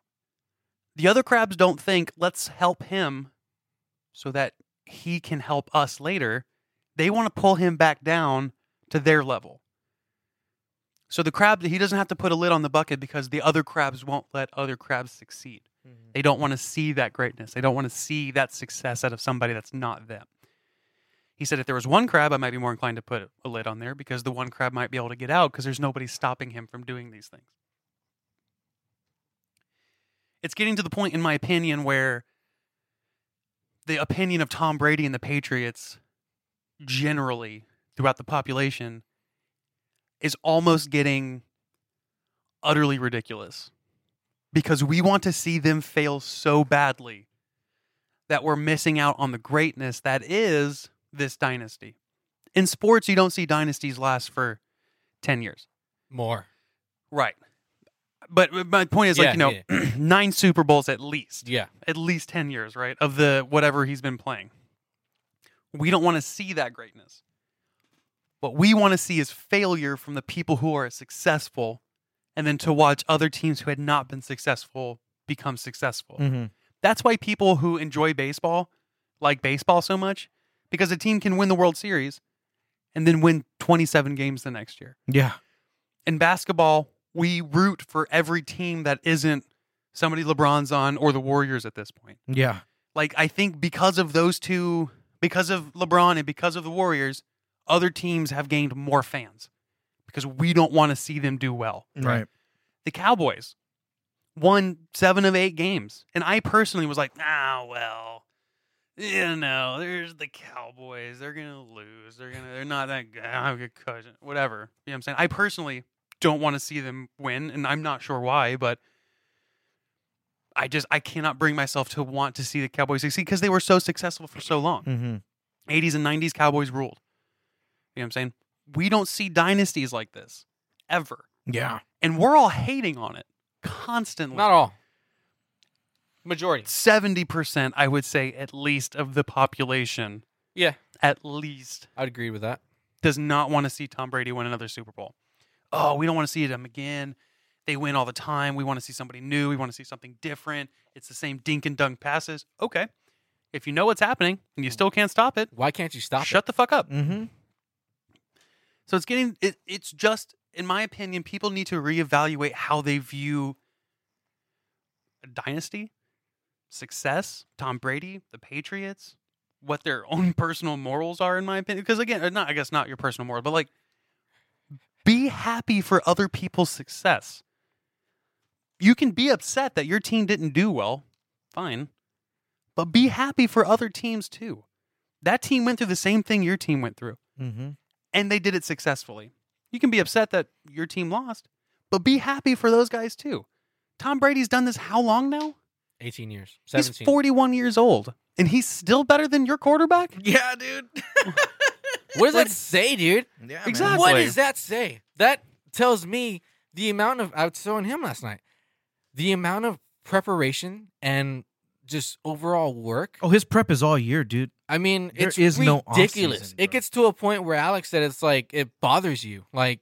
S4: the other crabs don't think, let's help him so that he can help us later. They want to pull him back down to their level. So the crab, he doesn't have to put a lid on the bucket because the other crabs won't let other crabs succeed. They don't want to see that greatness. They don't want to see that success out of somebody that's not them. He said, if there was one crab, I might be more inclined to put a lid on there because the one crab might be able to get out because there's nobody stopping him from doing these things. It's getting to the point, in my opinion, where the opinion of Tom Brady and the Patriots generally throughout the population is almost getting utterly ridiculous because we want to see them fail so badly that we're missing out on the greatness that is this dynasty. In sports, you don't see dynasties last for 10 years.
S3: more.
S4: Right. But but my point is, like,
S3: Yeah,
S4: you know, nine Super Bowls at least
S3: Yeah,
S4: at least 10 years, right? Of the whatever he's been playing. We don't want to see that greatness. What we want to see is failure from the people who are successful and then to watch other teams who had not been successful become successful.
S2: Mhm.
S4: That's why people who enjoy baseball like baseball so much because a team can win the World Series and then win 27 games the next year
S2: Yeah,
S4: in basketball, we root for every team that isn't somebody LeBron's on or the Warriors at this point.
S2: yeah.
S4: Like I think because of those two, because of LeBron and because of the Warriors, other teams have gained more fans because we don't want to see them do well.
S2: Right.
S4: The Cowboys won 7 of 8 games, and I personally was like, "Ah, well, you know, there's the Cowboys. They're going to lose. They're going to they're not that good. I'm a good coach, whatever." You know what I'm saying? I personally don't want to see them win, and I'm not sure why, but I just I cannot bring myself to want to see the Cowboys succeed because they were so successful for so long.
S2: Mm-hmm.
S4: 80s and 90s Cowboys ruled. You know what I'm saying? We don't see dynasties like this ever.
S2: Yeah.
S4: And we're all hating on it constantly.
S3: not all. Majority.
S4: 70%, I would say, at least of the population,
S3: Yeah,
S4: at least,
S3: I'd agree with that.
S4: does not want to see Tom Brady win another Super Bowl. Oh, we don't want to see them again. They win all the time. We want to see somebody new. We want to see something different. It's the same dink and dunk passes. Okay. If you know what's happening and you still can't stop it,
S3: Why can't you Mm. stop
S4: shut the fuck up.
S2: Mm-hmm.
S4: So it's getting it, it's just in my opinion, people need to reevaluate how they view a dynasty, success, Tom Brady, the Patriots, what their own personal morals are in my opinion because again, uh, not I guess not your personal moral, but like be happy for other people's success. You can be upset that your team didn't do well. Fine. But be happy for other teams too. That team went through the same thing your team went through
S2: Mm-hmm.
S4: and they did it successfully. You can be upset that your team lost, but be happy for those guys too. Tom Brady's done this how long now?
S3: it? 18 years. 17.
S4: He's 41 years old, and he's still better than your quarterback?
S2: Yeah, dude.
S3: What does that say, dude?
S2: yeah,
S4: Exactly.
S3: What does that say? That tells me the amount of I was showing him last night. the amount of preparation and just overall work.
S2: Oh, his prep is all year, dude.
S3: I mean,
S2: There
S3: it's
S2: is no off
S3: ridiculous.
S2: season,
S3: it
S2: bro.
S3: gets to a point where Alex said it's like it bothers you, like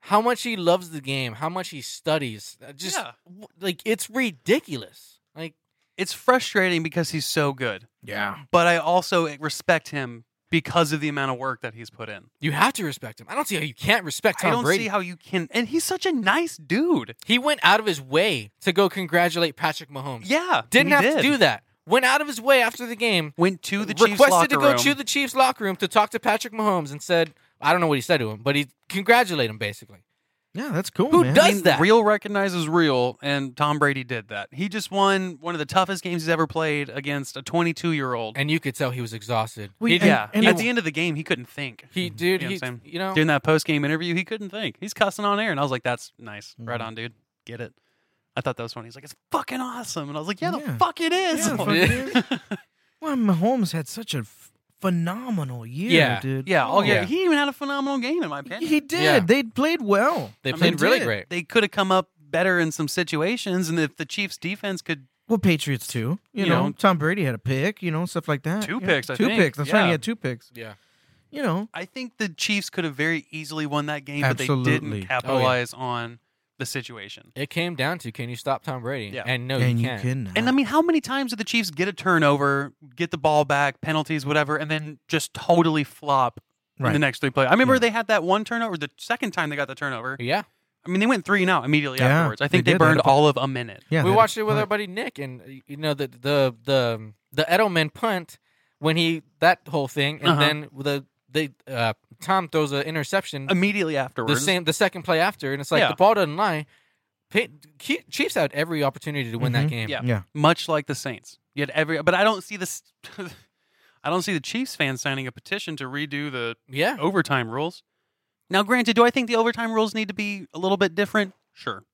S3: how much he loves the game, how much he studies. Uh, Just
S4: Yeah.
S3: w- like it's ridiculous. Like
S4: It's frustrating because he's so good,
S2: Yeah.
S4: but I also respect him because of the amount of work that he's put in.
S3: you have to respect him. I don't see how you can't respect Tom
S4: I don't
S3: Brady.
S4: see how you can. And he's such a nice dude.
S3: he went out of his way to go congratulate Patrick Mahomes.
S4: Yeah,
S3: didn't
S4: he
S3: have to
S4: did.
S3: do that. Went out of his way after the game
S4: Went to the Chiefs
S3: requested
S4: locker
S3: to go
S4: room.
S3: to the Chiefs locker room to talk to Patrick Mahomes and said, I don't know what he said to him, but he congratulate him basically.
S2: Yeah, that's cool.
S3: Who
S2: man.
S3: does
S4: I mean,
S3: that?
S4: Real recognizes real, and Tom Brady did that. He just won one of the toughest games he's ever played against a 22 year old.
S3: And you could tell he was exhausted.
S2: Well,
S3: he,
S2: and-
S4: Yeah,
S2: and
S4: at
S2: I-
S4: the end of the game, he couldn't think.
S3: he dude,
S4: You know
S3: he,
S4: what I'm saying?
S3: you know,
S4: During that post game interview, he couldn't think. He's cussing on air, and I was like, "That's nice, right
S2: Mhm.
S4: on, dude. Get it." I thought that was funny. He's like, "It's fucking awesome," and I was like, "Yeah, the
S2: Yeah.
S4: fuck it is."
S2: Yeah, fuck Well, Mahomes had such a f- phenomenal year,
S3: Yeah.
S2: dude.
S4: Yeah, oh yeah.
S3: Yeah.
S4: He even had a phenomenal game in my
S2: He-
S4: opinion.
S2: He did.
S3: Yeah.
S2: They played well.
S3: they
S4: I mean,
S3: played
S4: he
S3: really
S2: did.
S3: great.
S4: they could have come up better in some situations, and if the Chiefs' defense could
S2: Well, Patriots too. You,
S4: You
S2: know,
S4: know.
S2: Tom Brady had a pick. You know, stuff like that.
S4: Two
S2: You know,
S4: picks, I
S2: two
S4: think.
S2: picks. That's right. He
S4: Yeah.
S2: had two picks.
S3: Yeah.
S2: You know.
S4: I think the Chiefs could have very easily won that game, but they
S2: Absolutely. Oh,
S4: didn't capitalize on the situation.
S3: It came down to can you stop Tom Brady?
S4: Yeah.
S3: And no,
S2: and
S3: you
S2: you
S3: can't.
S2: cannot.
S4: And I mean, how many times did the Chiefs get a turnover, get the ball back, penalties, whatever, and then just totally flop in
S2: Right.
S4: the next three plays? I remember
S2: Yeah.
S4: they had that one turnover, the second time they got the turnover.
S3: Yeah.
S4: I mean, they went three and out immediately
S2: Yeah,
S4: afterwards. I think
S2: they
S4: they,
S2: did. They had
S4: burned
S2: a bu-
S4: all of a minute.
S2: yeah,
S3: we
S2: they-
S3: watched it with our
S2: right.
S3: buddy Nick and y- you know the the the the Edelman punt when he that whole thing and
S4: Uh-huh.
S3: then the they uh Tom throws an interception
S4: Immediately
S3: the
S4: afterwards.
S3: same the second play after, and it's like
S4: Yeah.
S3: the ball doesn't lie. Pa- Ke- Chiefs had every opportunity to win that
S2: Mhm.
S3: game.
S4: Mm-hmm. Yeah.
S2: Yeah.
S4: much like the Saints. You had every, but I don't see this. I don't see the Chiefs fans signing a petition to redo the
S3: yeah,
S4: overtime rules. Now, granted, do I think the overtime rules need to be a little bit different? Sure,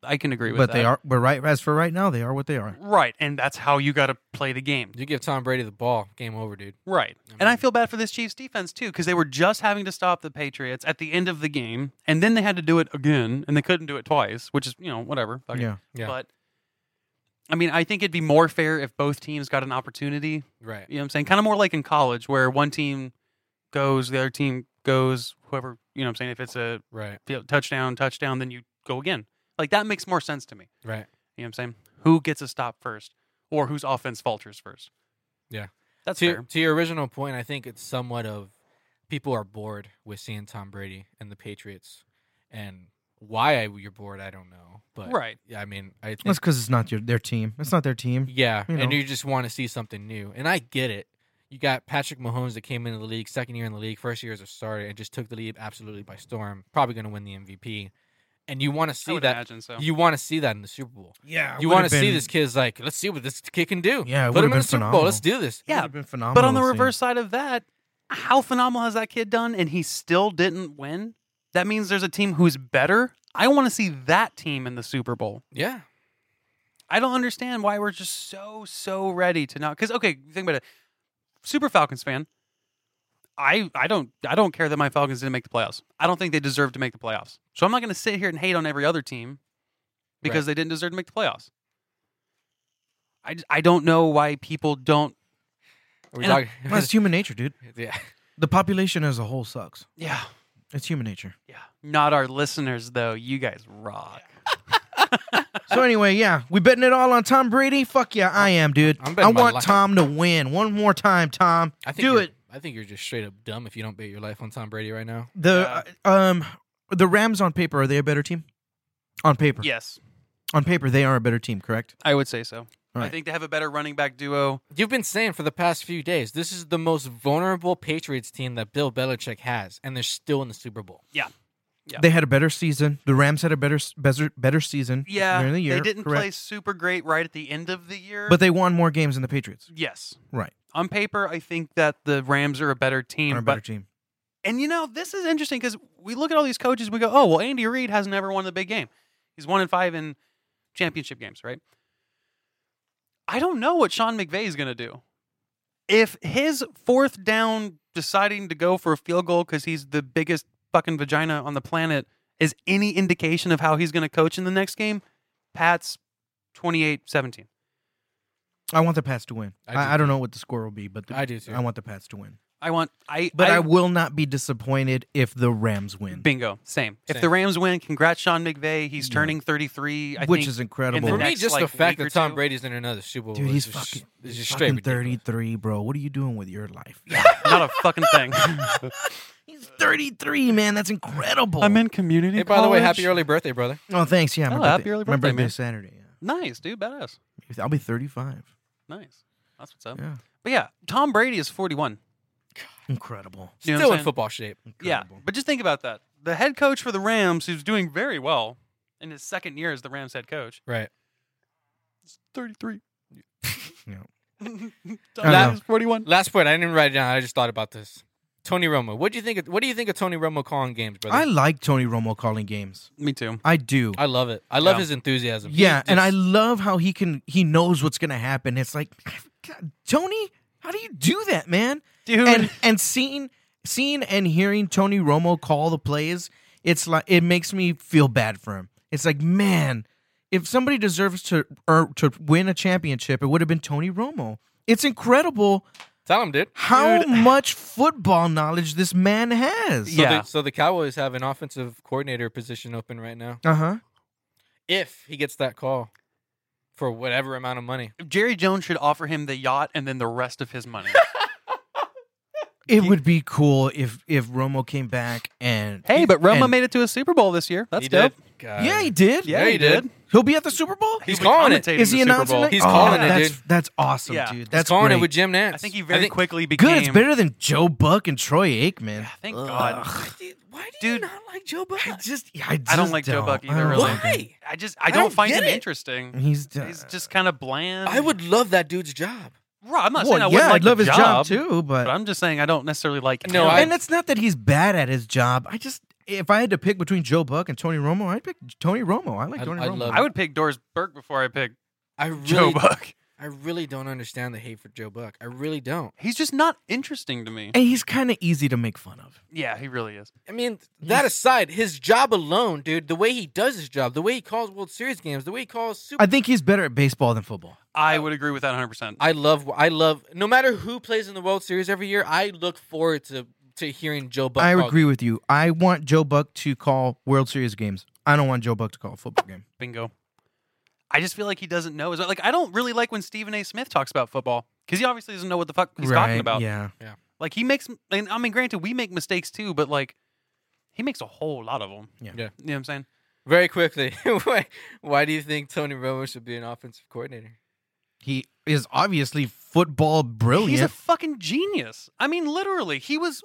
S4: I can agree with
S2: But
S4: that.
S2: they are. But right as for right now, they are what they are.
S4: right, and that's how you got to play the game.
S3: You give Tom Brady the ball, game over, dude.
S4: Right, and I feel bad for this Chiefs defense too because they were just having to stop the Patriots at the end of the game, and then they had to do it again, and they couldn't do it twice, which is you know whatever. fuck it.
S2: Yeah.
S3: Yeah.
S4: but. I mean, I think it'd be more fair if both teams got an opportunity
S3: Right.
S4: You know what I'm saying? Kind of more like in college where one team goes, the other team goes, whoever, you know what I'm saying? If it's a
S3: Right.
S4: field- touchdown, touchdown, then you go again. Like that makes more sense to me.
S3: Right.
S4: You know what I'm saying? Who gets a stop first or whose offense falters first?
S3: Yeah.
S4: That's
S3: to,
S4: fair.
S3: to your original point, I think it's somewhat of people are bored with seeing Tom Brady and the Patriots, and why I, you're bored, I don't know. But
S4: Right.
S3: I mean, I think
S2: That's because it's not your, their team. It's not their team.
S3: Yeah,
S2: You
S3: and
S2: know.
S3: you just want to see something new. And I get it. You got Patrick Mahomes that came into the league, second year in the league, first year as a starter, and just took the league absolutely by storm. Probably going to win the MVP. And you want to
S4: I
S3: see
S4: would
S3: that.
S4: imagine so.
S3: You want to see that in the Super Bowl.
S2: Yeah.
S3: you want to see this kid's like, let's see what this kid can do.
S2: Yeah, it would've
S3: put him in the
S2: been
S3: Super Bowl.
S2: phenomenal.
S3: Let's do this.
S4: yeah.
S2: Been phenomenal
S4: But on the
S2: to see.
S4: reverse side of that, how phenomenal has that kid done and he still didn't win? That means there's a team who's better. I want to see that team in the Super Bowl.
S3: Yeah,
S4: I don't understand why we're just so so ready to not because okay, think about it. Super Falcons fan. I I don't I don't care that my Falcons didn't make the playoffs. I don't think they deserve to make the playoffs. So I'm not going to sit here and hate on every other team because they didn't deserve to make the playoffs. I, j- I don't know why people don't.
S3: Are we
S4: And-
S3: talking-
S2: Well, it's human nature, dude.
S3: yeah.
S2: The population as a whole sucks.
S4: Yeah,
S2: It's human nature.
S4: yeah. Not our listeners though. You guys rock.
S2: So anyway, yeah, we betting it all on Tom Brady. Fuck yeah, I am, dude.
S3: I'm
S2: i
S3: betting my
S2: want
S3: life.
S2: Tom to win one more time. Tom,
S3: I think
S2: do
S3: you're-
S2: it.
S3: I think you're just straight up dumb if you don't bet your life on Tom Brady right now.
S2: The uh, um the Rams on paper are they a better team? On paper,
S4: Yes,
S2: on paper they are a better team. Correct.
S4: I would say so. I
S2: Right.
S4: think they have a better running back duo.
S3: You've been saying for the past few days, this is the most vulnerable Patriots team that Bill Belichick has, and they're still in the Super Bowl.
S4: Yeah.
S2: They had a better season. The Rams had a better s- better, better season.
S4: Yeah,
S2: during the year.
S4: they didn't
S2: correct.
S4: play super great right at the end of the year,
S2: but they won more games than the Patriots.
S4: Yes.
S2: Right.
S4: On paper, I think that the Rams are a better team.
S2: Are a
S4: but,
S2: better team.
S4: And you know, this is interesting because we look at all these coaches and we go, oh, well, Andy Reid has never won the big game. He's one in five in championship games, right? I don't know what Sean McVay is going to do. If his fourth down deciding to go for a field goal because he's the biggest fucking vagina on the planet is any indication of how he's going to coach in the next game, Pats 28-17.
S2: I want the Pats to win.
S3: I do
S2: I, I don't know what the score will be, but the,
S3: I do too.
S2: I want the Pats to win.
S4: I want I
S2: But I,
S4: I-
S2: will not be disappointed if the Rams win,
S4: bingo same. If
S3: Same.
S4: the Rams win, congrats Sean McVay. He's
S2: Yeah.
S4: turning 33. I
S2: which
S4: think
S2: is incredible.
S4: the
S3: For me,
S4: next,
S3: just
S4: like,
S3: the fact
S4: week or
S3: that Tom
S4: two.
S3: Brady's in another Super Bowl
S2: Dude,
S3: is
S2: he's
S3: just-
S2: fucking-
S3: is just straight
S2: fucking
S3: ridiculous.
S2: 33, bro. What are you doing with your life?
S4: not a fucking thing.
S2: He's 33, man. That's incredible.
S4: in community.
S3: Hey, by the way, happy early birthday, brother.
S2: Oh, thanks. Yeah, my
S4: Oh,
S2: birthday,
S4: happy early
S2: my
S4: birthday,
S2: birthday
S4: man.
S2: is Saturday. Yeah.
S4: Nice, dude. Badass.
S2: I'll be 35.
S4: Nice. That's what's up.
S2: Yeah,
S4: But yeah, Tom Brady is 41.
S2: incredible.
S4: You know what
S3: Still
S4: I'm
S3: in
S4: saying?
S3: football shape.
S4: Yeah.
S2: incredible.
S4: But just think about that. The head coach for the Rams, who's doing very well in his second year as the Rams head coach,
S3: Right.
S4: is 33.
S2: Yeah.
S4: Tom
S2: I
S4: Brady
S2: know.
S4: is 41.
S3: Last point. I didn't write it down. I just thought about this. Tony Romo. What do you think? Of, what do you think of Tony Romo calling games, brother?
S2: I like Tony Romo calling games.
S4: Me too.
S2: I do.
S3: I love it. I love
S4: Yeah.
S3: his enthusiasm.
S2: yeah,
S3: He's
S2: and I
S3: just-
S2: love how he can. He knows what's gonna happen. It's like, God, Tony, how do you do that, man?
S4: Dude.
S2: And and seeing seeing and hearing Tony Romo call the plays, it's like it makes me feel bad for him. It's like, man, if somebody deserves to or to win a championship, it would have been Tony Romo. It's incredible
S3: tell him, dude.
S2: how much football knowledge this man has.
S3: So
S4: Yeah.
S3: The, so the Cowboys have an offensive coordinator position open right now.
S2: Uh huh.
S3: If he gets that call for whatever amount of money,
S4: Jerry Jones should offer him the yacht and then the rest of his money.
S2: It
S4: He-
S2: would be cool if if Romo came back and
S4: hey, but Roma
S2: and-
S4: made it to a Super Bowl this year. That's
S3: he
S4: dope.
S3: did. God.
S2: yeah, he did.
S3: Yeah, he did.
S2: he'll be at the Super Bowl.
S3: He's
S4: He'll be
S3: calling it.
S4: commentating
S2: Is he
S4: the Super
S2: announcing
S4: Bowl.
S2: it? Oh,
S3: He's calling it,
S2: that's,
S3: dude.
S2: That's awesome,
S4: Yeah.
S2: dude. That's
S3: calling it
S2: great.
S3: with Jim Nance.
S4: I think he very
S3: think-
S4: quickly became
S2: good. It's better than Joe Buck and Troy Aikman.
S4: Yeah, thank
S2: Ugh.
S4: God.
S3: Why do
S4: Dude.
S3: you not like Joe Buck?
S2: I just, I, just
S4: I don't like Joe Buck
S2: I
S4: either.
S2: don't
S4: Really.
S2: like him.
S4: I just I don't,
S3: don't
S4: find
S3: get
S4: him
S3: it.
S4: interesting.
S2: He's, d-
S4: He's just kind of bland.
S2: Um,
S3: I would love that dude's job.
S4: Right, I'm not saying I
S2: Well,
S4: wouldn't
S2: yeah,
S4: like
S2: I'd love
S4: the
S2: his job, too, but,
S4: But I'm just saying I don't necessarily like him.
S3: No, I-
S2: and it's not that he's bad at his job. I just, if I had to pick between Joe Buck and Tony Romo, I'd pick Tony Romo. I like
S3: I-
S2: Tony
S3: I
S2: Romo.
S3: love
S4: I would pick Doris Burke before I pick
S3: I really,
S4: Joe Buck.
S3: I really don't understand the hate for Joe Buck. I really don't.
S4: He's just not interesting to me.
S2: and he's kind of easy to make fun of.
S4: Yeah, he really is.
S3: I mean, that aside, his job alone, dude, the way he does his job, the way he calls World Series games, the way he calls Super
S2: I think he's better at baseball than football.
S4: I would agree with that 100. percent
S3: I love I love no matter who plays in the World Series every year, I look forward to to hearing Joe Buck.
S2: I
S3: call-
S2: agree with you. I want Joe Buck to call World Series games. I don't want Joe Buck to call a football game.
S4: Bingo. I just feel like he doesn't know. as well. Like I don't really like when Stephen A. Smith talks about football because he obviously doesn't know what the fuck he's talking about.
S2: Yeah.
S4: Like he makes, and I mean, granted, we make mistakes too, but like he makes a whole lot of them.
S2: Yeah.
S4: You
S3: Yeah.
S4: know what I'm saying?
S3: Very quickly, why, why do you think Tony Romo should be an offensive coordinator?
S2: He is obviously football brilliant.
S4: He's a fucking genius. I mean, literally, he was.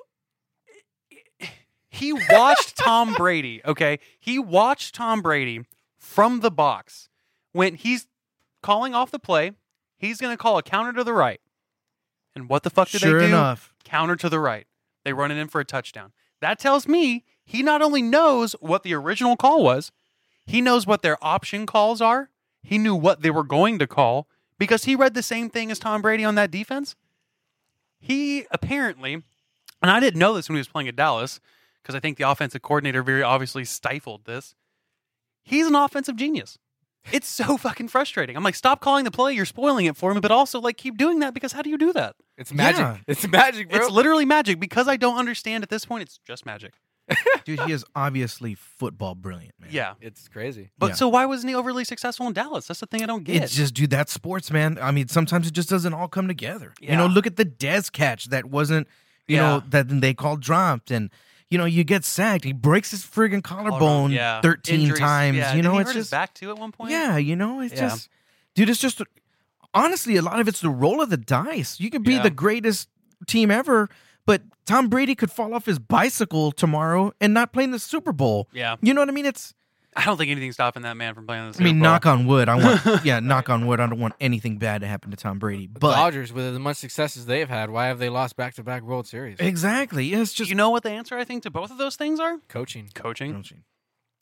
S4: He watched Tom Brady. Okay, he watched Tom Brady from the box when he's calling off the play. He's going to call a counter to the right, and what the fuck did
S2: sure
S4: they do?
S2: enough.
S4: Counter to the right. They run it in for a touchdown. That tells me he not only knows what the original call was, he knows what their option calls are. He knew what they were going to call because he read the same thing as Tom Brady on that defense. He apparently, and I didn't know this when he was playing at Dallas because I think the offensive coordinator very obviously stifled this. He's an offensive genius. It's so fucking frustrating. I'm like, stop calling the play. You're spoiling it for me, but also like keep doing that because how do you do that?
S3: It's magic.
S2: Yeah.
S3: It's magic, bro.
S4: It's literally magic because I don't understand at this point. It's just magic.
S2: Dude, he is obviously football brilliant, man.
S4: Yeah.
S3: it's crazy.
S4: But
S2: Yeah.
S4: so why wasn't he overly successful in Dallas? That's the thing I don't get.
S2: It's just, dude, that's sports, man. I mean, sometimes it just doesn't all come together. You know,
S4: Yeah.
S2: look at the Dez catch that wasn't, you
S4: Yeah.
S2: know, that they called dropped. And, you know, you get sacked. He breaks his friggin' collarbone
S4: Yeah.
S2: 13
S4: Injuries.
S2: times.
S4: Yeah.
S2: You
S4: Didn't
S2: know,
S4: he
S2: it's
S4: hurt his
S2: just.
S4: back too at one point.
S2: Yeah, you know, it's
S4: Yeah.
S2: just, dude, it's just honestly a lot of it's the roll of the dice. You could be
S4: Yeah.
S2: the greatest team ever, but Tom Brady could fall off his bicycle tomorrow and not play in the Super Bowl.
S4: Yeah.
S2: You know what I mean? It's
S4: I don't think anything's stopping that man from playing this.
S2: I mean, knock on wood. I want yeah, knock on wood. I don't want anything bad to happen to Tom Brady.
S3: The
S2: But
S3: Dodgers, with as much successes they've had, why have they lost back to back World Series?
S2: exactly, yeah, it's just
S4: you know what the answer I think to both of those things are?
S3: Coaching.
S2: Mm.
S4: Coaching.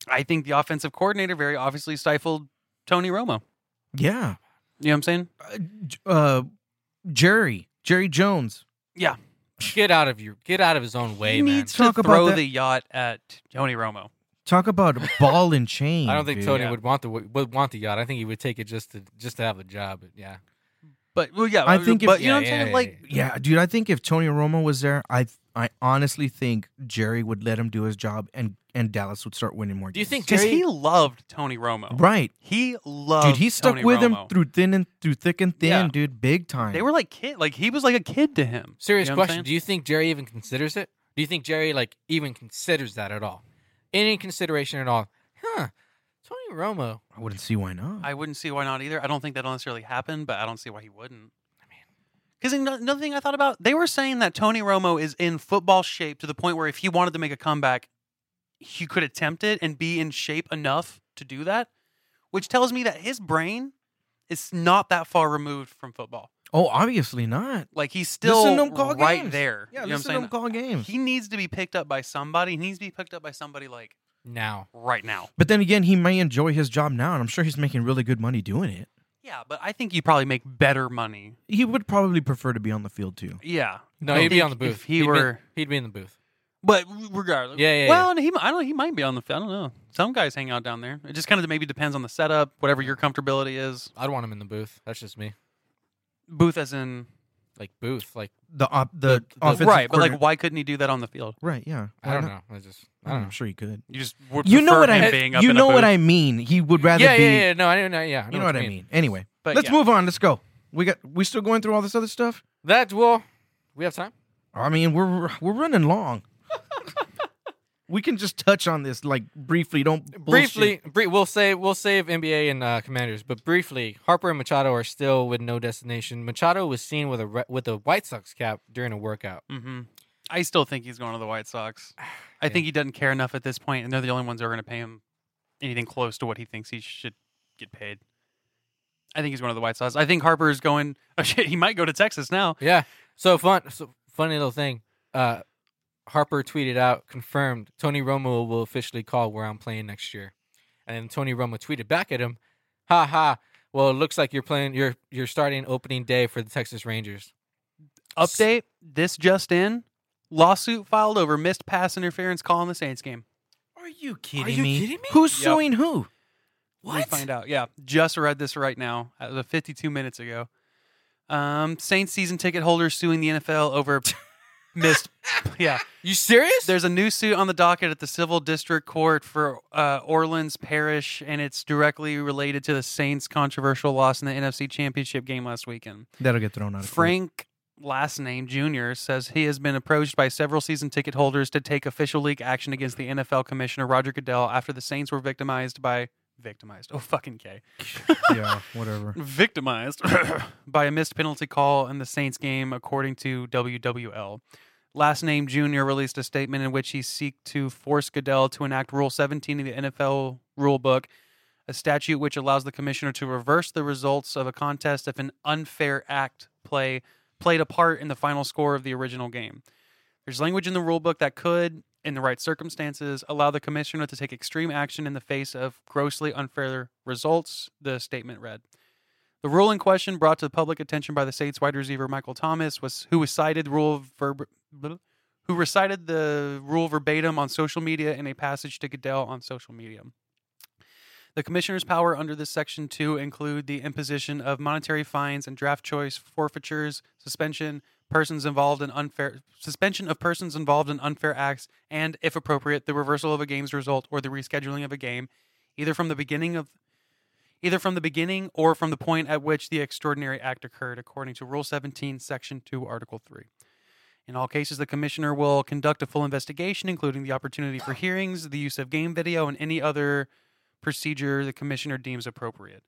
S4: I think the offensive coordinator very obviously stifled Tony Romo.
S2: yeah.
S4: You know what I'm saying?
S2: Uh, J- uh, Jerry, Jerry Jones.
S4: Yeah.
S3: Get out of your get out of his own way,
S2: You
S3: man.
S2: need to- Talk
S4: to
S2: about
S4: throw
S2: that-
S4: the yacht at Tony Romo.
S2: Talk about ball and chain.
S3: I don't think
S2: dude.
S3: Tony
S4: yeah.
S3: would want the would want the yacht. I think he would take it just to just to have the job. But yeah,
S4: But well, yeah, uh,
S2: I think if-
S4: But you know what
S3: Yeah,
S4: I'm
S3: yeah,
S4: saying?
S3: yeah,
S4: like,
S2: Yeah, dude. I think if Tony Romo was there, I I honestly think Jerry would let him do his job, and and Dallas would start winning more.
S3: Do you
S2: games.
S3: think
S4: because
S3: Jerry-
S4: he loved Tony Romo.
S2: Right,
S4: He loved.
S2: dude. He stuck
S4: Tony
S2: with him
S4: Romo.
S2: through thin and through thick and thin,
S4: Yeah.
S2: dude. Big time.
S4: They were like kid. Like he was like a kid to him.
S3: serious
S4: You know what I'm
S3: question.
S4: saying?
S3: Do you think Jerry even considers it? Do you think Jerry like even considers that at all? Any consideration at all? Huh? Tony Romo.
S2: I wouldn't see why not.
S4: I wouldn't see why not either. I don't think that'll necessarily happen, but I don't see why he wouldn't. Because another thing I thought about, they were saying that Tony Romo is in football shape to the point where if he wanted to make a comeback, he could attempt it and be in shape enough to do that, which tells me that his brain is not that far removed from football.
S2: oh, obviously not.
S4: Like he's
S2: Listen
S4: still
S2: to him call
S4: right
S2: games.
S4: there.
S2: Yeah,
S4: You know what I'm
S2: listen to him
S4: saying?
S2: call games.
S4: He needs to be picked up by somebody. He needs to be picked up by somebody like
S3: Now
S4: right now.
S2: but then again, he may enjoy his job now, and I'm sure he's making really good money doing it.
S4: Yeah, but I think you probably make better money.
S2: He would probably prefer to be on the field too.
S4: Yeah.
S3: No,
S4: I
S3: he'd be
S4: think
S3: on the booth.
S4: If he
S3: He'd be-
S4: were
S3: he'd be in the booth.
S4: But regardless,
S3: Yeah, yeah,
S4: Well, and he, I don't. He might be on the. I don't know. Some guys hang out down there. It just kind of maybe depends on the setup, whatever your comfortability is.
S3: I'd want him in the booth. That's just me.
S4: Booth as in
S3: Like booth. Like
S2: The op, the,
S3: the-
S2: offensive
S4: right, but like,
S2: coordinator-
S4: why couldn't he do that on the field?
S2: right, yeah.
S3: I
S2: Why
S3: don't
S2: not?
S3: know. I just I
S2: I
S3: don't
S4: Hmm.
S2: am
S3: know.
S2: sure he could.
S4: You just would
S2: You know
S4: prefer
S2: what
S4: him
S2: I
S4: being up
S2: you
S4: in
S2: know
S4: a
S2: what
S4: booth.
S2: I mean. He would rather
S3: Yeah,
S2: be.
S3: yeah, yeah. No, I don't know. Yeah, I
S2: You know what I mean. Anyway,
S4: But
S2: let's
S4: yeah.
S2: move on. Let's go. We got we still going through all this other stuff.
S3: That well, we have time.
S2: I mean, we're we're running long. we can just touch on this like briefly. Don't bullshit.
S3: Briefly, brie- we'll say we'll save NBA and uh, Commanders, but briefly, Harper and Machado are still with no destination. Machado was seen with a re- with a White Sox cap during a workout.
S4: hmm I still think he's going to the White Sox. I think he doesn't care enough at this point, and they're the only ones that are going to pay him anything close to what he thinks he should get paid. I think he's going to the White Sox. I think Harper's going. Oh shit, he might go to Texas now.
S3: Yeah. So fun. So funny little thing. Uh, Harper tweeted out, confirmed Tony Romo will officially call where I'm playing next year, and then Tony Romo tweeted back at him, "Ha ha. Well, it looks like you're playing. You're you're starting opening day for the Texas Rangers.
S4: Update this just in lawsuit filed over missed pass interference call in the Saints game.
S2: Are you kidding
S3: you
S2: me?
S3: kidding me?
S2: Who's
S4: Yep.
S2: suing who?
S4: We find out. Yeah. Just read this right now. It was 52 minutes ago. Um, Saints season ticket holders suing the NFL over missed. Yeah.
S3: You serious?
S4: There's a new suit on the docket at the Civil District Court for uh, Orleans Parish, and it's directly related to the Saints' controversial loss in the NFC Championship game last weekend.
S2: That'll get thrown out. of court.
S4: Frank, last name Jr., says he has been approached by several season ticket holders to take official league action against the NFL commissioner Roger Goodell after the Saints were victimized by victimized. Oh fucking K.
S2: yeah, whatever.
S4: Victimized by a missed penalty call in the Saints game, according to WWL. Last name Jr. released a statement in which he seeked to force Goodell to enact Rule 17 of the NFL rulebook, a statute which allows the commissioner to reverse the results of a contest if an unfair act play played a part in the final score of the original game. There's language in the rulebook that could, in the right circumstances, allow the commissioner to take extreme action in the face of grossly unfair results, the statement read. The rule in question, brought to public attention by the state's wide receiver Michael Thomas, was who cited rule verb- blah, who recited the rule verbatim on social media in a passage to Goodell on social media. The commissioner's power under this section two include the imposition of monetary fines and draft choice forfeitures, suspension, persons involved in unfair suspension of persons involved in unfair acts, and, if appropriate, the reversal of a game's result or the rescheduling of a game, either from the beginning of either from the beginning or from the point at which the extraordinary act occurred, according to Rule 17, Section 2, Article 3. In all cases, the commissioner will conduct a full investigation, including the opportunity for hearings, the use of game video, and any other procedure the commissioner deems appropriate.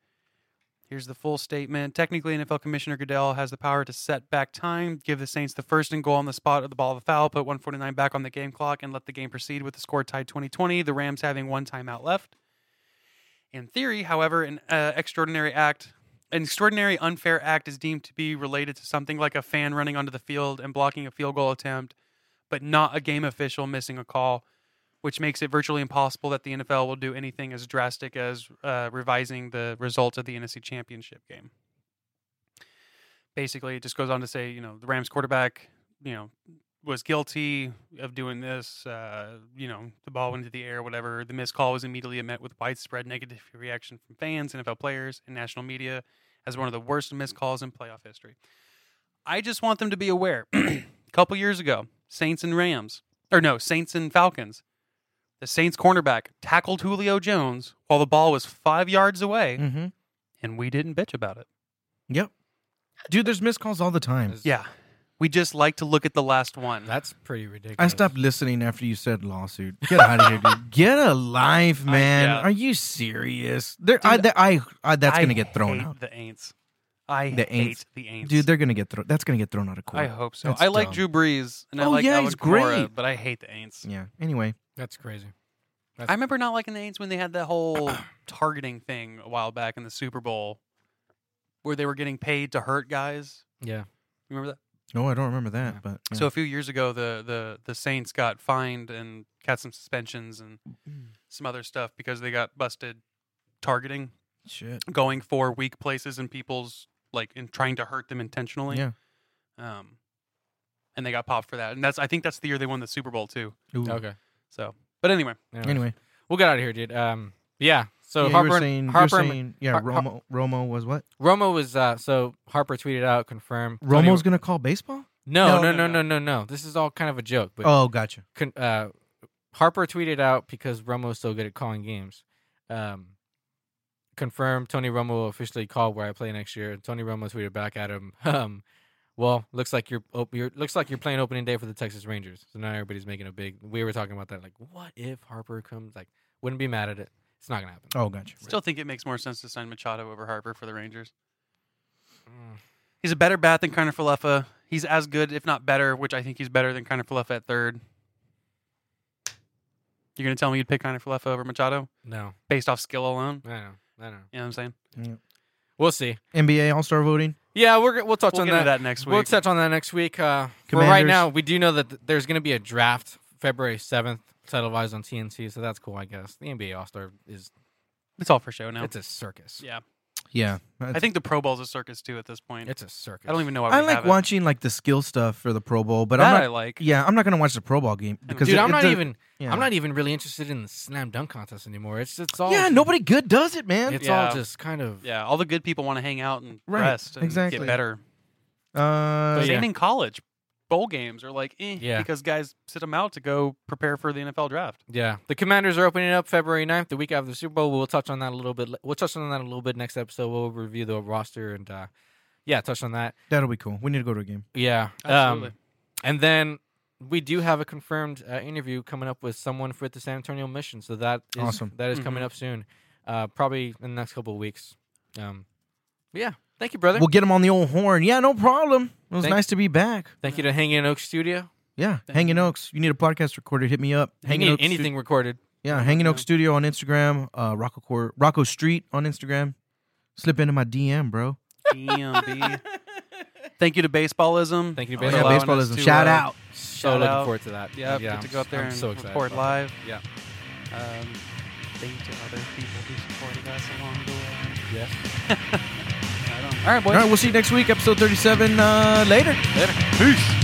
S4: Here's the full statement. Technically, NFL Commissioner Goodell has the power to set back time, give the Saints the first and goal on the spot of the ball of the foul, put 149 back on the game clock, and let the game proceed with the score tied 20 20, the Rams having one timeout left. In theory, however, an uh, extraordinary act, an extraordinary unfair act is deemed to be related to something like a fan running onto the field and blocking a field goal attempt, but not a game official missing a call, which makes it virtually impossible that the NFL will do anything as drastic as uh, revising the results of the NFC Championship game. Basically, it just goes on to say, you know, the Rams quarterback, you know, was guilty of doing this. Uh, you know, the ball went into the air, whatever. The missed call was immediately met with widespread negative reaction from fans, NFL players, and national media as one of the worst missed calls in playoff history. I just want them to be aware. A couple years ago, Saints and Rams, or no, Saints and Falcons. The Saints cornerback tackled Julio Jones while the ball was five yards away,
S2: Mm-hmm.
S4: and we didn't bitch about it.
S2: Yep. Dude, there's missed calls all the time.
S3: It's-
S4: Yeah. We just like to look at the last one.
S3: That's pretty ridiculous.
S2: I stopped listening after you said lawsuit. Get out of here, dude. Get a life,
S4: I-
S2: man.
S4: yeah.
S2: Are you serious? There, I, th- I, I, that's
S4: I
S2: gonna get thrown
S4: hate
S2: out,
S4: The Aints. I
S2: The
S4: hate
S2: Aints.
S4: the Aints.
S2: dude. They're gonna get thrown. That's gonna get thrown out of court.
S4: I hope so.
S2: That's
S4: I like
S2: dumb.
S4: Drew Brees and I
S2: Oh,
S4: like
S2: yeah,
S4: Alvin
S2: he's
S4: Kamara,
S2: great.
S4: but I hate the Aints.
S2: yeah. Anyway,
S3: That's crazy.
S4: I remember not liking the Aints when they had that whole targeting thing a while back in the Super Bowl where they were getting paid to hurt guys.
S3: Yeah.
S4: You Remember that?
S2: no, I don't remember that. But yeah.
S4: So a few years ago, the, the, the Saints got fined and got some suspensions and
S2: Mm.
S4: some other stuff because they got busted targeting,
S2: shit.
S4: going for weak places in people's, like, and trying to hurt them intentionally.
S2: Yeah.
S4: Um, and they got popped for that. And that's I think that's the year they won the Super Bowl too.
S2: Ooh.
S3: Okay.
S4: So, but anyway,
S3: Anyways,
S2: Anyway,
S3: we'll get out of here, dude. Um, yeah. So
S2: yeah, you
S3: Harper,
S2: were saying, you were
S3: Harper,
S2: saying- yeah,
S3: Har- Har-
S2: Romo, Romo was what?
S3: Romo was uh, so Harper tweeted out confirm. Tony-
S2: Romo's gonna call baseball?
S3: no, no,
S4: No, no,
S3: no, no, no, no. This is all kind of a joke, but
S2: Oh, gotcha.
S3: con- uh, Harper tweeted out because Romo's so good at calling games. Um, confirmed Tony Romo will officially call where I play next year. And Tony Romo tweeted back at him. Um, well, looks like you're, op- you're looks like you're playing opening day for the Texas Rangers. So now everybody's making a big. We were talking about that. Like, what if Harper comes? Like, wouldn't be mad at it. It's not gonna happen.
S2: Oh, gotcha.
S4: still think it makes more sense to sign Machado over Harper for the Rangers.
S3: Mm.
S4: He's a better bat than Kiner Falefa. He's as good, if not better, which I think he's better than Kiner Falefa at third. You're gonna tell me you'd pick Kiner Falefa over Machado
S3: No,
S4: based off skill alone?
S3: I know,
S4: You
S3: I know.
S4: know what I'm saying?
S3: We'll see.
S2: NBA All Star voting.
S3: Yeah, we're g- we'll touch
S4: We'll
S3: on
S4: get
S3: that.
S4: into that next week.
S3: We'll touch on that next week. Uh, for right
S2: Commanders.
S3: now, we do know that th- there's going to be a draft February 7th televised on TNT, so that's cool, I guess. The NBA All Star is
S4: it's all for show now.
S3: it's a circus.
S4: yeah,
S2: Yeah,
S4: I think the Pro Bowl's a circus too at this point.
S3: It's a circus.
S4: I don't even know why we
S2: I like
S4: have
S2: watching like the skill stuff for the Pro Bowl,
S4: it.
S2: but
S4: That
S2: I'm
S4: I
S2: not.
S4: like.
S2: Yeah, I'm not gonna watch the Pro Bowl game because
S3: Dude,
S2: it-
S3: I'm
S2: it
S3: not
S2: does-
S3: even
S2: Yeah.
S3: I'm not even really interested in the slam dunk contest anymore. It's it's all
S2: Yeah, nobody good does it, man.
S3: It's
S4: Yeah.
S3: all just kind of
S4: Yeah, all the good people want to hang out and
S2: Right,
S4: rest and
S2: exactly.
S4: get better.
S2: Uh,
S3: But
S4: Same
S3: Oh, yeah.
S4: in college. Bowl games are like, eh,
S3: Yeah.
S4: because guys sit them out to go prepare for the NFL draft.
S3: Yeah, the Commanders are opening up February 9th, the week after the Super Bowl. We'll touch on that a little bit. le- We'll touch on that a little bit next episode. We'll review the roster and uh, yeah, touch on that.
S2: that'll be cool. We need to go to a game.
S3: Yeah,
S4: Absolutely.
S3: Um, and then we do have a confirmed uh, interview coming up with someone for the San Antonio mission. So that is,
S2: Awesome.
S3: That is
S4: Mm-hmm.
S3: coming up soon, uh, probably in the next couple of weeks. Um, but yeah. Thank you, brother.
S2: We'll get him on the old horn. Yeah, no problem. It was
S3: Thank-
S2: nice to be back.
S3: Thank you to Hanging in Oak Studio.
S2: Yeah,
S4: Thank
S2: Hanging Oaks. You need a podcast recorder? Hit me up.
S3: You
S2: Hanging
S3: need
S2: Oaks.
S3: anything recorded.
S2: Yeah, Hanging Oak
S4: Yeah.
S2: Studio on Instagram, uh, Rocco Cor- Rocco Street on Instagram. Slip into my DM, bro. Oh,
S4: DMB. Thank you to Baseballism.
S3: Thank you,
S2: Oh,
S4: for
S3: Baseball-
S4: allowing us
S2: Baseballism.
S4: to,
S2: Shout
S4: uh,
S2: out.
S3: So
S4: shout
S3: looking
S4: out.
S3: forward to that.
S4: Yeah,
S3: yeah
S4: get to go up there
S3: I'm
S4: and
S3: so excited
S4: record
S3: about
S4: live.
S3: that. Yeah,
S4: Um, thank you to other people who supported us along the way.
S3: yeah.
S4: I don't- All right, boys.
S2: All right, we'll see you next week, episode 37. Uh, later.
S4: Peace.